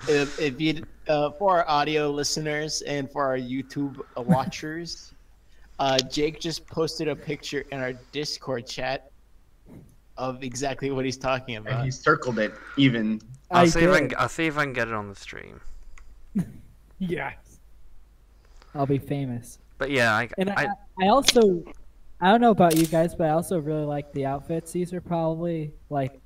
S2: If, if you, uh, for our audio listeners and for our YouTube watchers, uh, Jake just posted a picture in our Discord chat of exactly what he's talking
S3: And
S2: about.
S3: he circled it even.
S1: I'll
S4: I
S1: see if I
S4: did.
S1: can, I'll see if I can get it on the stream
S4: Yes. I'll be famous.
S1: but yeah I,
S4: And I,
S1: I
S4: I also, I don't know about you guys, but I also really like the outfits. These are probably like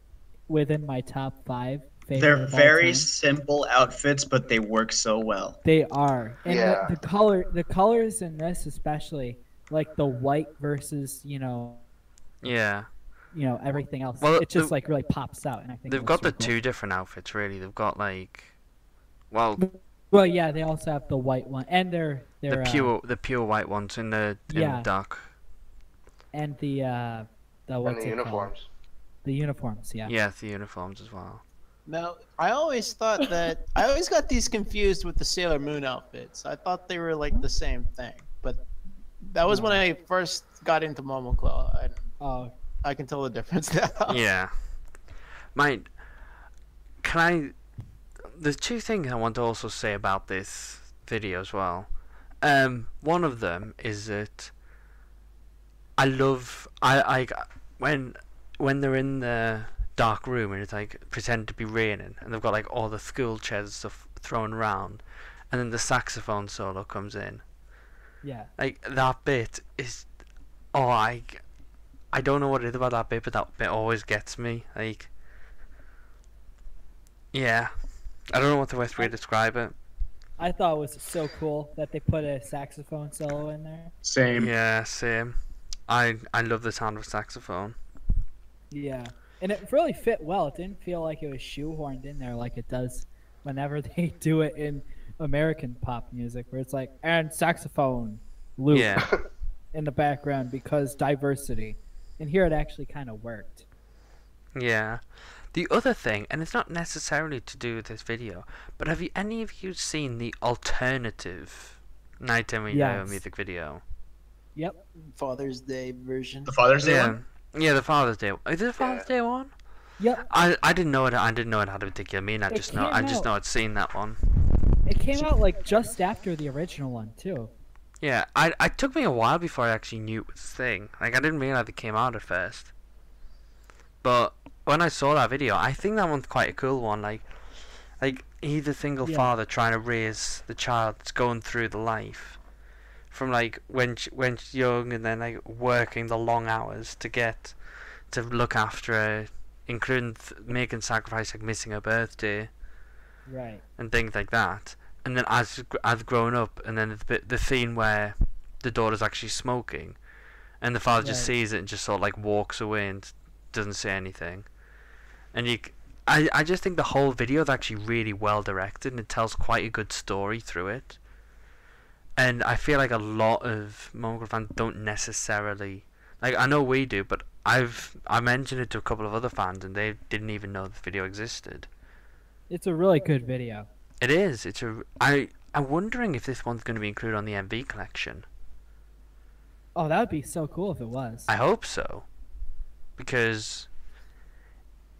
S4: within my top five. favorite
S3: They're
S4: of all
S3: very
S4: time.
S3: simple outfits, but they work so well.
S4: They are. And
S5: Yeah.
S4: the, the color, the colors in this especially, like the white versus you know,
S1: yeah
S4: you know everything else.
S1: Well,
S4: it just
S1: the-
S4: like really pops out, and I think it
S1: they've
S4: looks
S1: got the
S4: really cool.
S1: two different outfits really they've got like well
S4: Well, yeah, they also have the white one, and they're they're
S1: the
S4: uh,
S1: pure the pure white ones in the in
S4: Yeah.
S1: the dark
S4: and the uh, the
S5: And
S4: what's
S5: the
S4: it called?
S5: uniforms.
S4: The uniforms, yeah.
S1: yeah the uniforms as well
S2: Now, I always thought that I always got these confused with the Sailor Moon outfits. I thought they were like the same thing, but that was when I first got into Momoclaw. I,
S4: Oh,
S2: I can tell the difference now.
S1: yeah. Mate, can I the two things I want to also say about this video as well. Um, one of them is that I love I I when when they're in the dark room and it's like pretend to be raining and they've got like all the school chairs and stuff thrown around, and then the saxophone solo comes in.
S4: Yeah.
S1: Like that bit is, oh I, I don't know what it is about that bit, but that bit always gets me. Like, yeah, I don't know what the best way to describe it.
S4: I thought it was so cool that they put a saxophone solo in there.
S3: Same.
S1: Yeah, same. I I love the sound of saxophone.
S4: Yeah. And it really fit well. It didn't feel like it was shoehorned in there like it does whenever they do it in American pop music, where it's like, and saxophone loop
S1: Yeah,
S4: in the background because diversity. And here it actually kind of worked.
S1: yeah. The other thing, and it's not necessarily to do with this video, but have you any of you seen the alternative Night Time
S4: Yes.
S1: music video?
S4: Yep.
S2: Father's Day version.
S3: The Father's Day
S1: yeah.
S3: one.
S1: Yeah, the Father's Day. Is it a Father's Day one?
S4: Yep.
S1: I I didn't know it. I didn't know it had a particular meaning. I
S4: It
S1: just know.
S4: came
S1: I just
S4: out-
S1: know I'd seen that one.
S4: It came out like just after the original one, too.
S1: Yeah, I I took me a while before I actually knew it was a thing. Like I didn't realize it came out at first. But when I saw that video, I think that one's quite a cool one. Like, like he's a single
S4: Yeah.
S1: father trying to raise the child that's going through the life, from like when she, when she's young and then like working the long hours to get to look after her, including th- making sacrifice like missing her birthday
S4: Right.
S1: and things like that. And then as as grown up, and then the bit, the scene where the daughter's actually smoking, and the father just
S4: Right.
S1: sees it and just sort of like walks away and doesn't say anything. And you, c- I I just think the whole video is actually really well directed and it tells quite a good story through it. And I feel like a lot of Mongol fans don't necessarily like I know we do, but I've I mentioned it to a couple of other fans and they didn't even know the video existed.
S4: It's a really good video.
S1: It is. It's a. I. I'm wondering if this one's going to be included on the MV collection.
S4: Oh, that would be so cool if it was.
S1: I hope so, because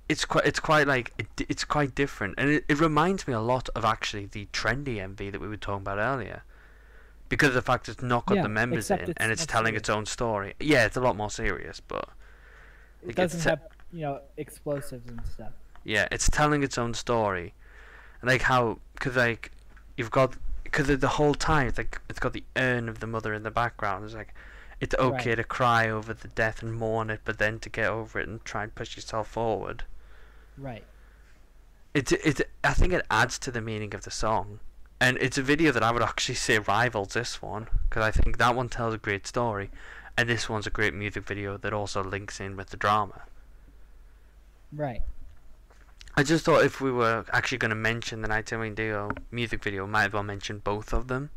S1: it's quite. It's quite like. It, di- it's quite different, and it, it reminds me a lot of actually the trendy MV that we were talking about earlier, because of the fact it's not got
S4: Yeah,
S1: the members in
S4: except it's
S1: and it's
S4: more
S1: telling
S4: serious.
S1: its own story. Yeah, it's a lot more serious, but
S4: it
S1: like, it's
S4: doesn't
S1: te-
S4: have, you know, explosives and stuff.
S1: Yeah, it's telling its own story, and like how, cause like, you've got, cause the whole time it's like it's got the urn of the mother in the background. It's like, it's okay
S4: Right.
S1: to cry over the death and mourn it, but then to get over it and try and push yourself forward.
S4: Right.
S1: It's it. I think it adds to the meaning of the song, and it's a video that I would actually say rivals this one, cause I think that one tells a great story, and this one's a great music video that also links in with the drama.
S4: Right.
S1: I just thought if we were actually going to mention the Night Timing Duo music video, we might as well mention both of them.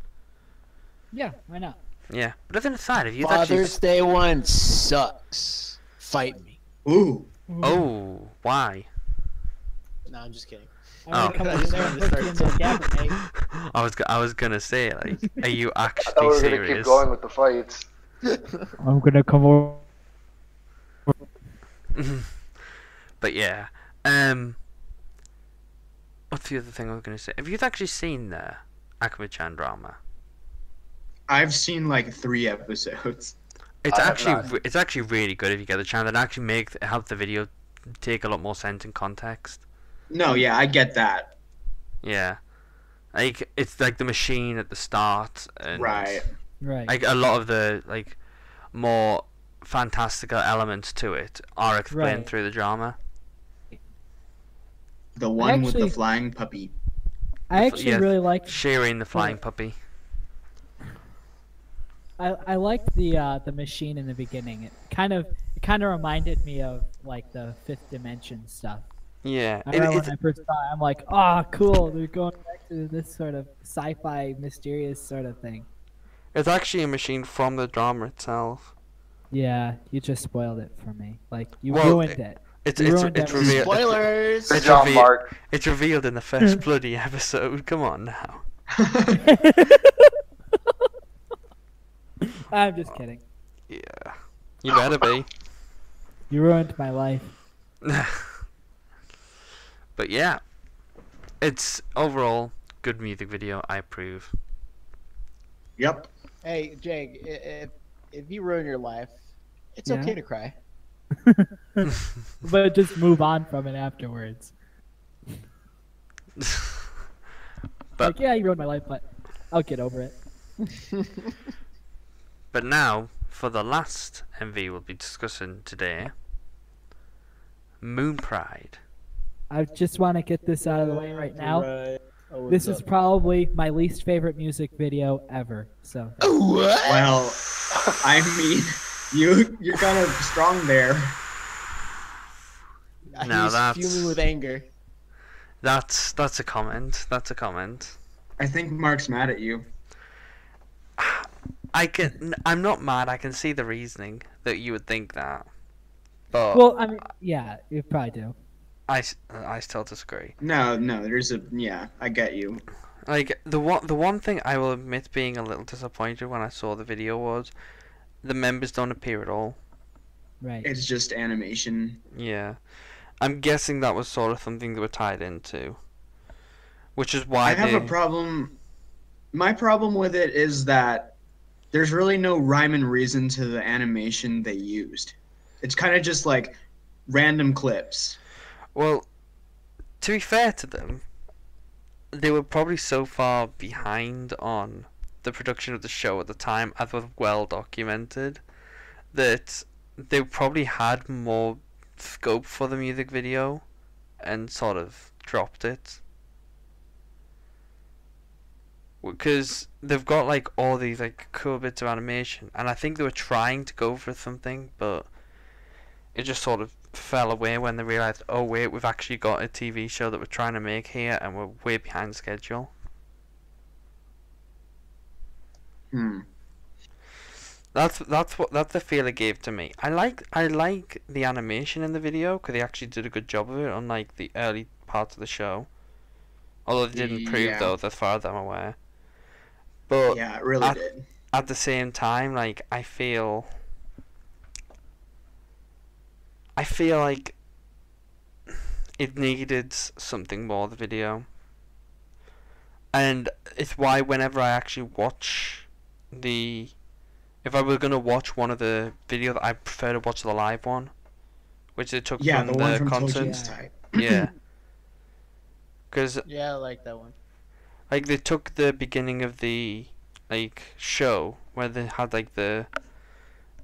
S4: Yeah, why not?
S1: Yeah. But other than that, if you actually.
S2: Father's Day one sucks. Fight me.
S3: Ooh.
S1: Oh, why?
S2: No, I'm just kidding.
S4: I'm
S1: Oh.
S4: gonna come over there and put you in the cabinet.
S1: I was go- I was gonna say like, are you
S5: I thought
S1: actually
S5: we Oh, were gonna keep
S1: serious?
S5: going with the fights.
S4: I'm gonna come over.
S1: But yeah, um, what's the other thing I was gonna say? Have you actually seen the Akuma-chan drama?
S3: I've seen like three episodes.
S1: It's
S5: I have
S1: actually
S5: not.
S1: re- it's actually really good if you get the chance and actually make help the video take a lot more sense and context.
S3: No, yeah, I get that.
S1: Yeah, like it's like the machine at the start and
S3: Right.
S4: Right.
S1: like a lot of the like more fantastical elements to it are explained
S4: Right.
S1: through the drama.
S3: The one with
S4: Actually-
S3: the flying puppy.
S4: I actually
S1: yeah.
S4: really liked.
S1: Shearing the flying puppy.
S4: I, I liked the uh, the machine in the beginning. It kind of it kind of reminded me of like the fifth dimension stuff.
S1: Yeah,
S4: I
S1: it,
S4: remember
S1: it's,
S4: when I first saw it, I'm like, ah, cool. They're going back to this sort of sci-fi, mysterious sort of thing.
S1: it's actually a machine from the drama itself.
S4: Yeah, you just spoiled it for me. Like you
S1: Well, eh,
S4: ruined it.
S1: It's
S4: You
S1: it's
S4: ruined
S1: it's
S4: everything.
S1: revealed. It's,
S2: Spoilers.
S1: It's
S5: Good job,
S1: revealed-
S5: Mark.
S1: it's revealed in the first bloody episode. Come on now.
S4: I'm just kidding.
S1: Yeah, you better be.
S4: You ruined my life.
S1: but yeah, it's overall good music video. I approve.
S3: Yep.
S2: Hey, Jake, i- if if you ruin your life, it's
S4: Yeah.
S2: okay to cry.
S4: but just move on from it afterwards.
S1: But-
S4: like, yeah, you ruined my life, but I'll get over it.
S1: But now, for the last MV we'll be discussing today, Moon Pride.
S4: I just want to get this out of the way right Oh, now. This is probably my least favorite music video ever. So
S2: what?
S3: Well, I mean, you you're kind of strong there.
S1: Now
S2: He's
S1: that's-
S2: fuming with anger.
S1: That's that's a comment. That's a comment.
S3: I think Mark's mad at you.
S1: I can. I'm not mad. I can see the reasoning that you would think that. But
S4: well, I mean, yeah, you probably do.
S1: I, s- I still disagree.
S3: No, no, there's a yeah. I get you.
S1: Like the one the one thing I will admit being a little disappointed when I saw the video was the members don't appear at all.
S4: Right.
S3: It's just animation.
S1: Yeah. I'm guessing that was sort of something they were tied into. Which is why
S3: I
S1: they
S3: have a problem. My problem with it is that there's really no rhyme and reason to the animation they used. It's kind of just like random clips.
S1: Well, to be fair to them, they were probably so far behind on the production of the show at the time, as was well documented, that they probably had more scope for the music video and sort of dropped it. Because they've got like all these like cool bits of animation, and I think they were trying to go for something, but it just sort of fell away when they realized, oh wait, we've actually got a TV show that we're trying to make here, and we're way behind schedule.
S3: Hmm.
S1: That's that's what that's the feel it gave to me. I like I like the animation in the video because they actually did a good job of it, unlike the early parts of the show. Although they did improve
S3: Yeah.
S1: those, as far as I'm aware. But
S3: Yeah, it really
S1: I-
S3: did.
S1: at the same time, like I feel, I feel like it needed s- something more. The video, and it's why whenever I actually watch the, if I were gonna watch one of the video, that I prefer to watch the live one, which they took
S3: Yeah,
S1: from
S3: the
S1: the,
S3: one from
S1: concert.
S3: Tokyo's type.
S1: Yeah, because
S2: Yeah, I like that one.
S1: like they took the beginning of the like show where they had like the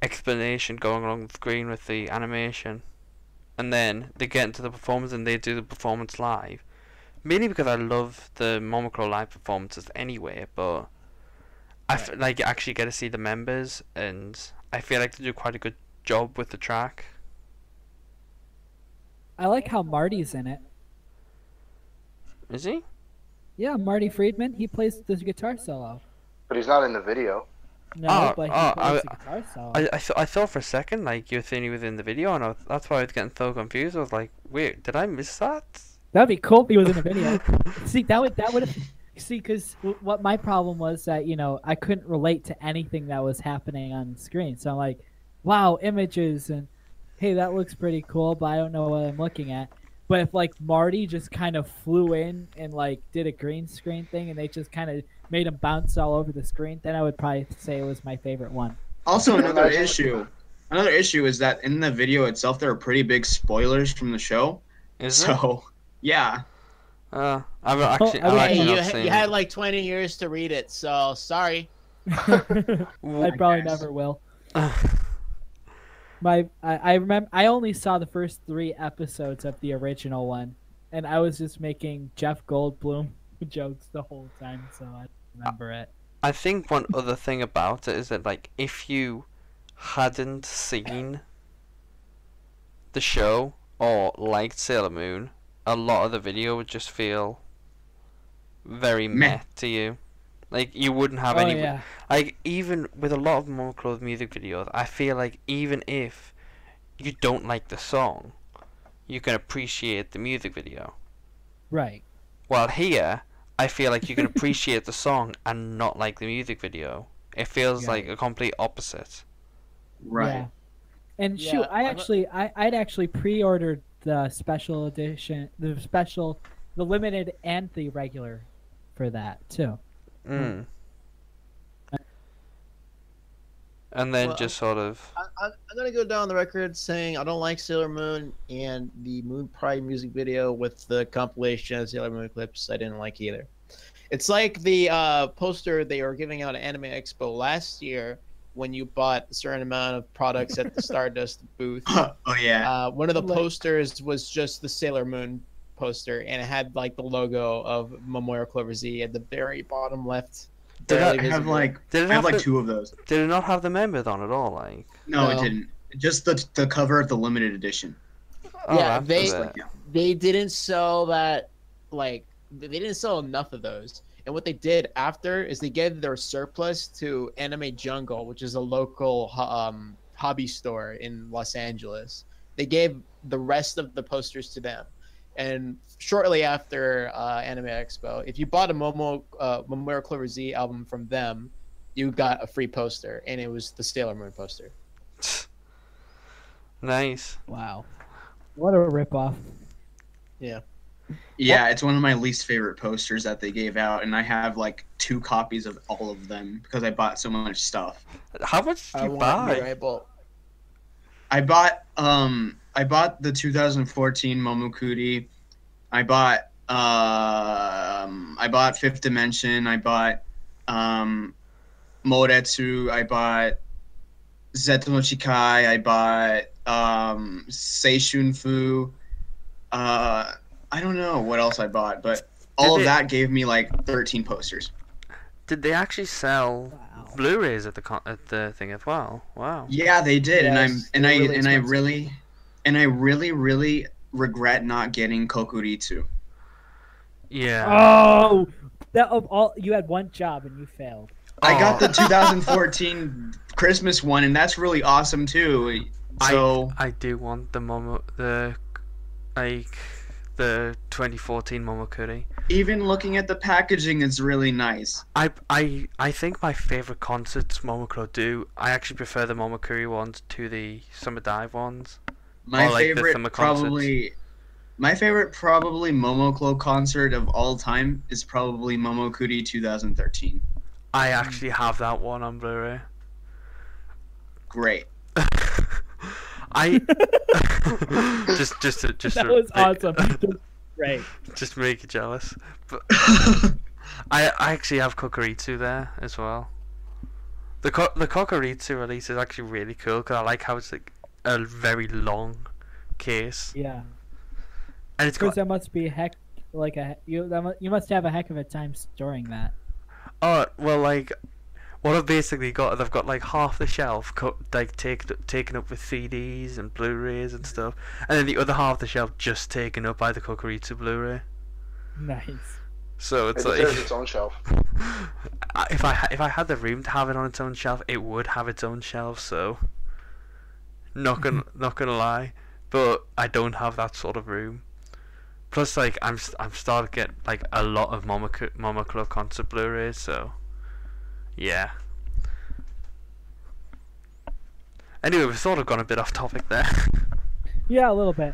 S1: explanation going along the screen with the animation and then they get into the performance and they do the performance live mainly because i love the momocro live performances anyway but i f- like actually get to see the members and i feel like they do quite a good job with the track
S4: I like how Marty's in it.
S1: is he
S4: Yeah, Marty Friedman. He plays the guitar solo.
S5: But he's not in the video.
S4: No,
S1: Oh,
S4: but he
S1: oh,
S4: plays
S1: I-
S4: the guitar solo.
S1: I, I, th- I thought for a second like you were saying he was in the video and I was, that's why i was getting so confused i was like wait did i miss that
S4: That'd be cool if he was in the video. see, that would that would see because what my problem was that you know I couldn't relate to anything that was happening on screen. So I'm like, wow, images and hey, that looks pretty cool, but I don't know what I'm looking at. But if like Marty just kind of flew in and like did a green screen thing and they just kind of made him bounce all over the screen, then I would probably say it was my favorite one.
S3: Also, another
S5: Imagine-
S3: issue. Another issue is that in the video itself, there are pretty big spoilers from the show.
S1: Is it?
S3: So, yeah,
S1: Uh, I've actually,
S4: I
S1: I've
S4: mean-
S2: Hey,
S1: actually
S2: you,
S1: not
S2: ha-
S1: seen
S2: you
S1: it.
S2: had like 20 years to read it, so sorry.
S4: I
S1: W-
S4: probably
S3: guess.
S4: never will. My I, I remember I only saw the first three episodes of the original one, and I was just making Jeff Goldblum jokes the whole time, so I don't remember it.
S1: I think one other thing about it is that, like, if you hadn't seen the show or liked Sailor Moon, a lot of the video would just feel very
S3: Meh.
S1: meh to you. Like, you wouldn't have
S4: oh
S1: any.
S4: yeah,
S1: Like, even with a lot of Monclove music videos, I feel like even if you don't like the song, you can appreciate the music video.
S4: right.
S1: While here, I feel like you can appreciate the song and not like the music video. It feels like a complete opposite.
S3: right.
S4: Yeah. And
S2: Yeah,
S4: shoot, I
S2: I'm a-
S4: actually I I'd actually pre-ordered the special edition, the special the limited and the regular for that too.
S1: Mm. And then
S2: Well,
S1: just sort of
S2: I, I, I'm gonna go down the record saying I don't like Sailor Moon and the Moon Pride music video with the compilation of Sailor Moon clips. I didn't like either. It's like the uh, poster they were giving out at Anime Expo last year when you bought a certain amount of products at the Stardust booth.
S3: oh yeah.
S2: Uh, one of the
S4: Like-
S2: posters was just the Sailor Moon poster, and it had like the logo of Memorial Clover Z at the very bottom left.
S1: Did
S3: I
S2: barely
S1: that-
S3: have
S2: visible.
S3: like
S1: did it
S3: I have
S1: have
S3: like
S1: the-
S3: two of those.
S1: did it not have the member on at all? Like,
S3: No,
S2: No.
S3: it didn't. Just the the cover of the limited edition.
S1: oh,
S2: Yeah,
S1: after
S2: they-
S1: that.
S2: they didn't sell that like they didn't sell enough of those and what they did after is they gave their surplus to anime jungle which is a local ho- um, hobby store in los angeles they gave the rest of the posters to them and shortly after uh, anime expo if you bought a momo uh, Momura clover z album from them you got a free poster and it was the sailor moon poster
S1: nice.
S4: Wow, what a ripoff!
S3: Yeah, it's one of my least favorite posters that they gave out, and I have like two copies of all of them because I bought so much stuff.
S1: How much did
S2: i
S1: you
S2: want
S1: buy?
S2: Mirai Bolt.
S3: I bought um I bought the 2014 Momokuri. I bought um I bought Fifth Dimension. I bought um Moretsu. I bought Zeto no Chikai. I bought um Seishun Fu. Uh I don't know what else I bought, but all
S1: Did
S3: of
S1: it-
S3: that gave me like 13 posters.
S1: Did they actually sell
S4: Wow.
S1: Blu-rays at the con- at the thing as well? Wow.
S3: Yeah, they did, and
S2: Yeah,
S3: I'm
S2: it's-
S3: and
S2: they're
S3: I
S2: really
S3: and I
S2: expensive.
S3: really and I really really regret not getting Kokuritsu.
S1: Yeah.
S4: Oh, that of all you had one job and you failed.
S3: I got
S1: Oh.
S3: the 2014 Christmas one, and that's really awesome too. So
S1: I do want the Momo the like the 2014 Momokuri.
S3: even looking at the packaging, it's really nice.
S1: I I I think my favorite concerts Momokuro do. I actually prefer the Momokuri ones to the Summer Dive ones.
S3: My
S1: Oh, like the
S3: favorite,
S1: summer concerts.
S3: probably, my favorite, probably Momoklo concert of all time is probably Momokuri 2013.
S4: Hmm.
S1: I actually have that one on Blu-ray.
S3: Great.
S1: I just just to, just
S4: That
S1: to
S4: was
S1: make-
S4: awesome. Right.
S1: just make you jealous. But I I actually have Kokoritsu there as well. The co- the Kokoritsu release is actually really cool because I like how it's like a very long case
S4: Yeah.
S1: and it's
S4: Chris,
S1: got
S4: that must be a heck like a you that mu- you must have a heck of a time storing that.
S1: oh well like what I've basically got they've got like half the shelf co- like taken taken up with CDs and Blu-rays and stuff, and then the other half of the shelf just taken up by the Kokoritsu Blu-ray.
S4: Nice.
S1: So
S5: It
S1: it's like
S5: deserves its own shelf.
S1: I- if I ha- if I had the room to have it on its own shelf, it would have its own shelf. So, not gonna not gonna lie, but I don't have that sort of room. Plus, like I'm s- I'm starting to get like a lot of Mama Co- Mama Club concert Blu-rays. So, yeah. Anyway, we've sort of gone a bit off topic there.
S4: Yeah, a little bit.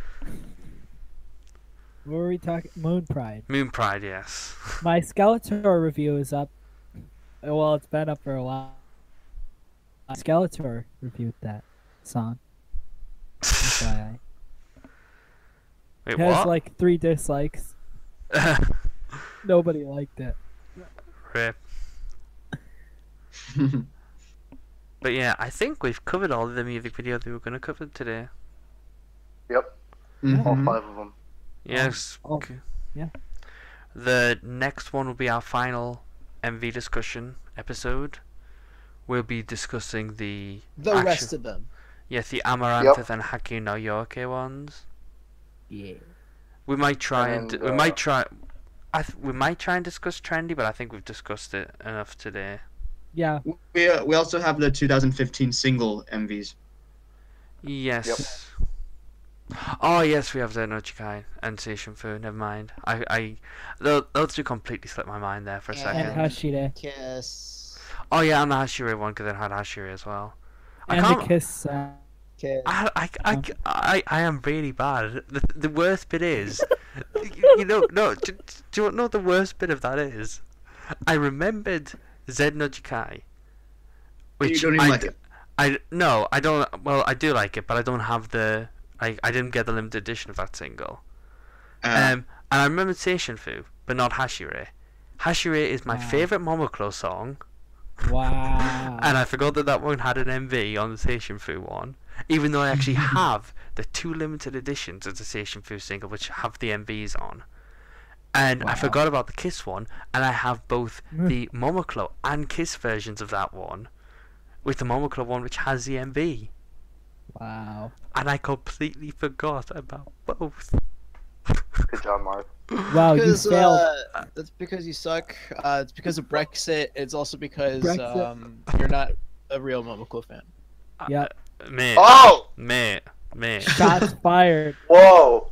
S4: What were we talking? Moon Pride.
S1: Moon Pride, yes.
S4: My Skeletor review is up. Uh, Well, it's been up for a while. Uh, Skeletor reviewed that song. FYI.
S1: Wait,
S4: It has
S1: what?
S4: like three dislikes. Nobody liked it.
S1: Rip. But yeah, I think we've covered all of the music video that we were going to cover today.
S5: Yep, all
S1: Mm-hmm.
S3: Mhm.
S5: five of them.
S1: Yes.
S4: oh,
S1: c-
S4: yeah.
S1: The next one will be our final MV discussion episode. We'll be discussing the
S2: the
S1: Action.
S2: rest of them
S1: yes, the Amaranth and Haki no Yoke ones.
S2: yeah
S1: We might try and,
S5: And then,
S1: we
S5: uh,
S1: might try. I th- we might try and discuss trendy, but I think we've discussed it enough today.
S4: Yeah.
S3: We uh, we also have the 2015 single MVs.
S1: Yes. Oh yes, we have Zen no Chikai and Seishun Fu. Never mind. I, I, tho- those two completely slipped my mind there for a
S2: Yeah.
S1: second.
S4: And Hashire.
S2: kiss
S1: Oh yeah, and the Hashira one because it had Hashira as well. I
S4: And the
S1: can't.
S4: kiss. song.
S2: kiss
S1: I, I, I, I, I am really bad. The, the worst bit is you, you know, no. Do, do you know what the worst bit of that is? I remembered Zed no Jikai,
S3: you don't even
S1: I,
S3: like
S1: d-
S3: it.
S1: I no, I don't. Well, I do like it, but I don't have the. I I didn't get the limited edition of that single.
S3: Uh,
S1: Um, and I remembered Seishinfu, but not Hashire. Hashire is my
S4: Ah.
S1: favorite Momokuro song,
S4: Wow.
S1: and I forgot that that one had an MV on the Seishinfu one, even though I actually have the two limited editions of the Seishinfu single, which have the MVs on. And I forgot about the Kiss one, and I have both the Momokuro and Kiss versions of that one, with the Momokuro one which has the MV,
S4: wow.
S1: and I completely forgot about both.
S5: Good job, Mark.
S4: Wow, Oh, you
S2: Because,
S4: failed.
S2: uh, that's because you suck. Uh, it's because of Brexit. It's also because
S4: Brexit.
S2: um, you're not a real Momoko fan.
S4: Yep.
S1: Uh, Mate,
S5: Oh!
S1: mate, mate.
S4: Shots fired.
S5: Whoa!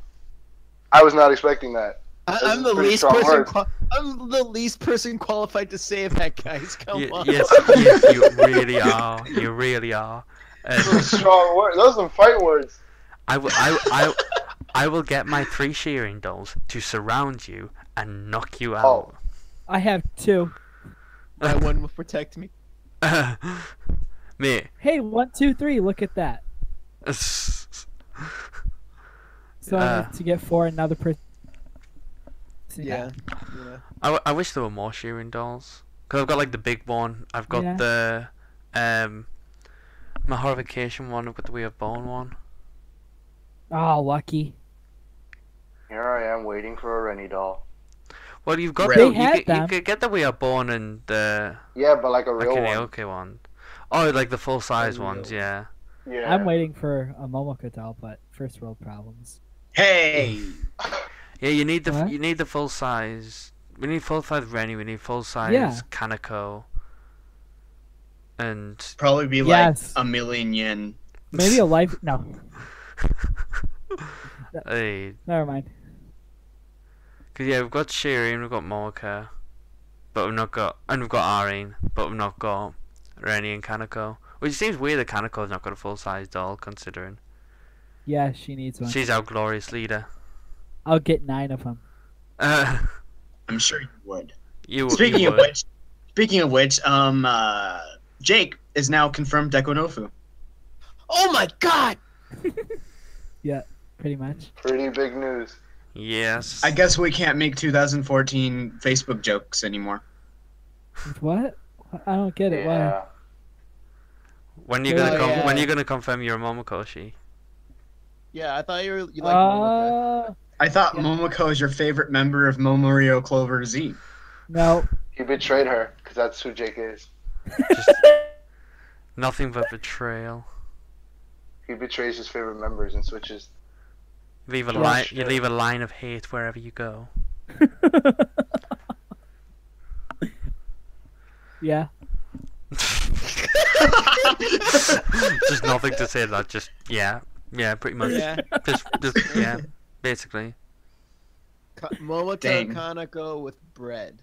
S5: I was not expecting that.
S2: I-
S5: Those
S2: I'm
S5: are
S2: the
S5: pretty
S2: least
S5: strong
S2: person.
S5: words.
S2: Qua- I'm the least person qualified to say that, guys. Come
S1: Ye-
S2: on.
S1: yes, yes, you really are. You really are.
S5: Those are
S1: Uh,
S5: strong words. Those are some fight words.
S1: I, will, I, will- I, will- I will get my three shearing dolls to surround you and knock you out.
S5: Oh.
S4: I have two.
S2: My one will protect me.
S1: Mate.
S4: Hey, one, two, three. Look at that. So I
S1: Uh.
S4: need to get four another person.
S2: Yeah. yeah.
S1: I, w- I wish there were more shearing dolls. Because I've got like the big one, I've got
S4: Yeah.
S1: the. um, My horrification one, I've got the Way of Bone one.
S4: Oh, lucky.
S5: Here I am waiting for a Rennie doll.
S1: Well, you've got
S3: They
S1: the, you,
S4: had
S1: could- you
S4: them.
S1: could get the We Are Born and the
S5: Yeah, but like a real
S1: okay,
S5: one.
S1: okay one. Oh, like the full size ones,
S2: real
S1: yeah.
S5: Yeah.
S4: I'm waiting for a Momoka doll, but first world problems.
S3: hey,
S1: Yeah, you need the f
S4: What?
S1: you need the full size. We need full size Rennie. We need full size Kanako. And
S3: probably be
S4: Yes.
S3: like a million yen.
S4: Maybe a life. No,
S1: hey,
S4: never mind.
S1: cause yeah, we've got Shiri and we've got Momoka, but we've not got and we've got Arin, but we've not got Rennie and Kanako. Which seems weird that Kanako's not got a full size doll, considering
S4: Yeah, she needs one.
S1: she's our glorious leader.
S4: I'll get nine of them.
S1: Uh,
S3: I'm sure you would.
S1: you. you
S3: Speaking of
S1: would.
S3: which, speaking of which, um, uh, Jake is now confirmed Dekonofu.
S2: Oh my god!
S4: Pretty much.
S5: Pretty big news.
S1: yes,
S3: I guess we can't make 2014 Facebook jokes anymore.
S4: What? I don't get it. Why?
S5: Yeah.
S1: when you gonna
S2: Oh,
S1: com- when
S2: yeah.
S1: you gonna confirm you're a Momokoshi?
S2: Yeah, I thought you were you
S4: Oh,
S2: like Momoko.
S4: Uh,
S3: I thought
S2: Yeah.
S3: Momoko is your favorite member of Momorio Clover Z.
S4: no.
S5: He betrayed her, because that's who Jake is.
S1: Just nothing but betrayal.
S5: He betrays his favorite members and switches.
S1: Leave a
S4: Yeah,
S1: line. You
S5: sure.
S1: leave a line of hate wherever you go.
S4: yeah.
S1: Just nothing to say. to That just yeah, yeah, pretty much.
S2: Yeah.
S1: Just, just yeah, basically.
S2: Ka- Momoko
S3: Dang.
S2: Kanako with bread.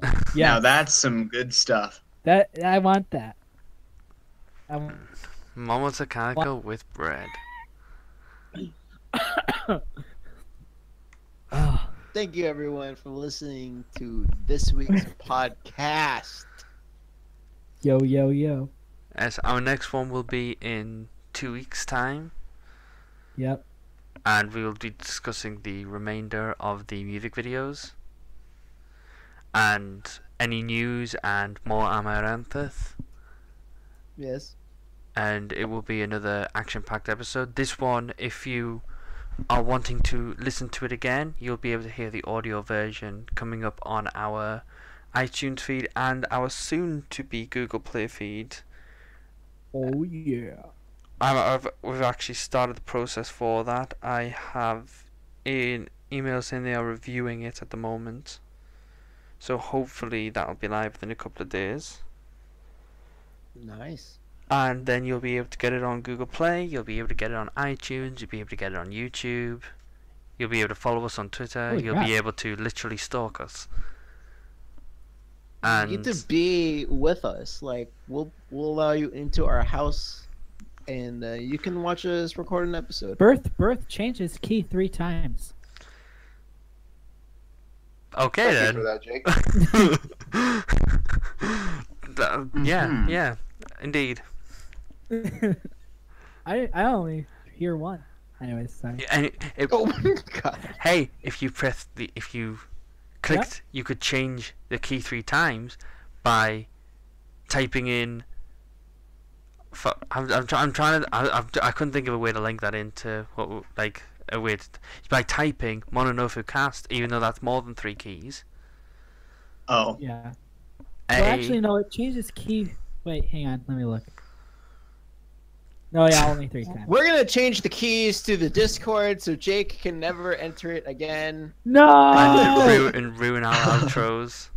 S3: Now
S4: Yeah.
S3: that's some good stuff.
S4: That I want that. I want
S1: Momota Kaneko with bread.
S4: oh,
S2: Thank you everyone for listening to this week's podcast.
S4: yo yo yo.
S1: As our next one will be in two weeks' time,
S4: Yep.
S1: and we will be discussing the remainder of the music videos and any news and more Amaranthus.
S2: Yes.
S1: and it will be another action-packed episode. This one, if you are wanting to listen to it again, you'll be able to hear the audio version coming up on our iTunes feed and our soon-to-be Google Play feed.
S4: Oh yeah.
S1: I'm, I've, we've actually started the process for that. I have an email saying they are reviewing it at the moment, so hopefully that'll be live within a couple of days.
S2: Nice.
S1: and then you'll be able to get it on Google Play, you'll be able to get it on iTunes, you'll be able to get it on YouTube, you'll be able to follow us on Twitter,
S4: Holy
S1: you'll
S4: crap.
S1: be able to literally stalk us.
S2: you
S1: And
S2: get to be with us. Like we'll we'll allow you into our house, and uh, you can watch us record an episode.
S4: Birth birth changes key three times.
S1: Okay
S5: Thank you for
S1: then.
S5: that, Jake.
S1: Th- Yeah,
S3: Mhm.
S1: yeah, indeed.
S4: I I only hear one. Anyways, sorry.
S1: Yeah, And it- it-
S2: Oh my god.
S1: hey, if you press the if you clicked, you could change the key three times by typing in. fu- I'm I'm, try, I'm trying to I, I've, I couldn't think of a way to link that into what w- like a way to, by typing Mononofu cast even though that's more than three keys.
S3: Oh,
S4: Yeah.
S1: A,
S4: Well, actually, no. It changes key. Wait, hang on. Let me look. No, yeah, only three times.
S2: We're gonna change the keys to the Discord so Jake can never enter it again.
S1: and, to
S4: No.
S1: ru- and ruin our outros.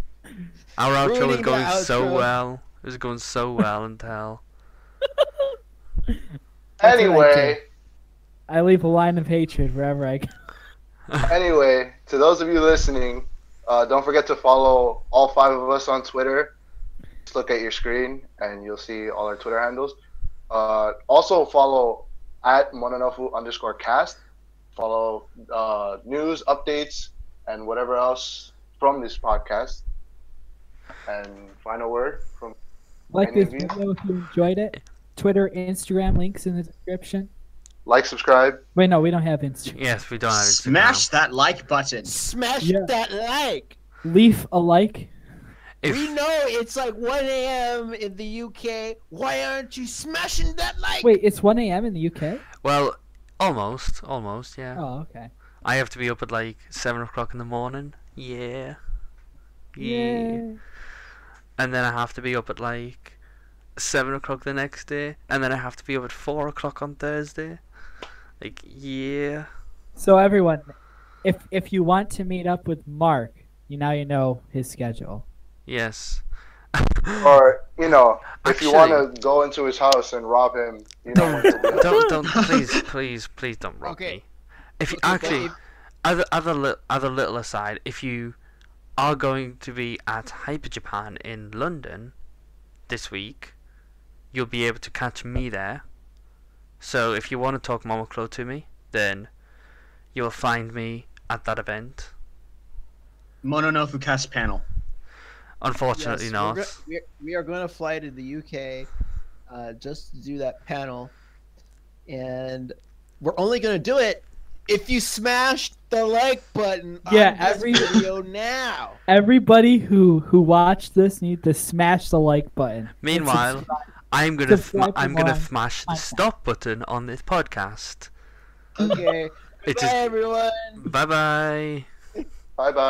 S1: Our outro was
S2: Ruining the
S1: going so
S2: outro.
S1: well. It was going so well until
S4: what I
S5: Anyway,
S4: I leave a line of hatred wherever I go.
S5: anyway, to those of you listening, uh, don't forget to follow all five of us on Twitter. Just look at your screen and you'll see all our Twitter handles. Uh, also follow at Mononofu underscore cast. Follow uh, news, updates, and whatever else from this podcast. And final word from
S4: Like
S5: Any
S4: this
S5: of you?
S4: video if you enjoyed it. Twitter, Instagram links in the description.
S5: like, subscribe.
S4: Wait, no, we don't have Instagram.
S1: yes, we don't have Instagram.
S3: smash that like button.
S2: Smash
S4: Yeah.
S2: that like.
S4: Leaf a like.
S1: If-
S2: We know it's like 1 a.m. in the UK. Why aren't you smashing that like?
S4: Wait, it's 1 a.m. in the UK.
S1: Well, almost, almost, yeah.
S4: Oh, okay.
S1: I have to be up at like seven o'clock in the morning. Yeah.
S4: Yeah.
S1: And then I have to be up at like seven o'clock the next day, and then I have to be up at four o'clock on Thursday. Like, yeah.
S4: So everyone, if if you want to meet up with Mark, you now you know his schedule.
S1: Yes.
S5: Or, you know, if you
S1: Actually-
S5: want to go into his house and rob him, you know.
S1: don't,
S5: when to do it.
S1: don't, don't, please, please, please don't rob
S2: Okay.
S1: me. If you
S2: Okay,
S1: actually,
S2: babe.
S1: other, other, li- other little aside, if you are going to be at Hyper Japan in London this week, you'll be able to catch me there. So if you want to talk Momoclo to me, then you'll find me at that event.
S3: Mononofu cast panel.
S1: Unfortunately,
S2: Yes,
S1: not.
S2: We're, go- we're, we are going to fly to the UK uh, just to do that panel, and we're only going to do it if you smash the like button.
S4: Yeah,
S2: on this
S4: every-
S2: video now.
S4: Everybody who who watched this need to smash the like button.
S1: Meanwhile,
S4: subscribe.
S1: I'm gonna, sma
S4: subscribe
S1: I'm
S4: to
S1: gonna
S4: my
S1: smash the
S4: podcast.
S1: stop button on this podcast.
S2: Okay,
S1: It
S2: bye
S1: is.
S2: everyone.
S1: Bye bye.
S5: Bye bye.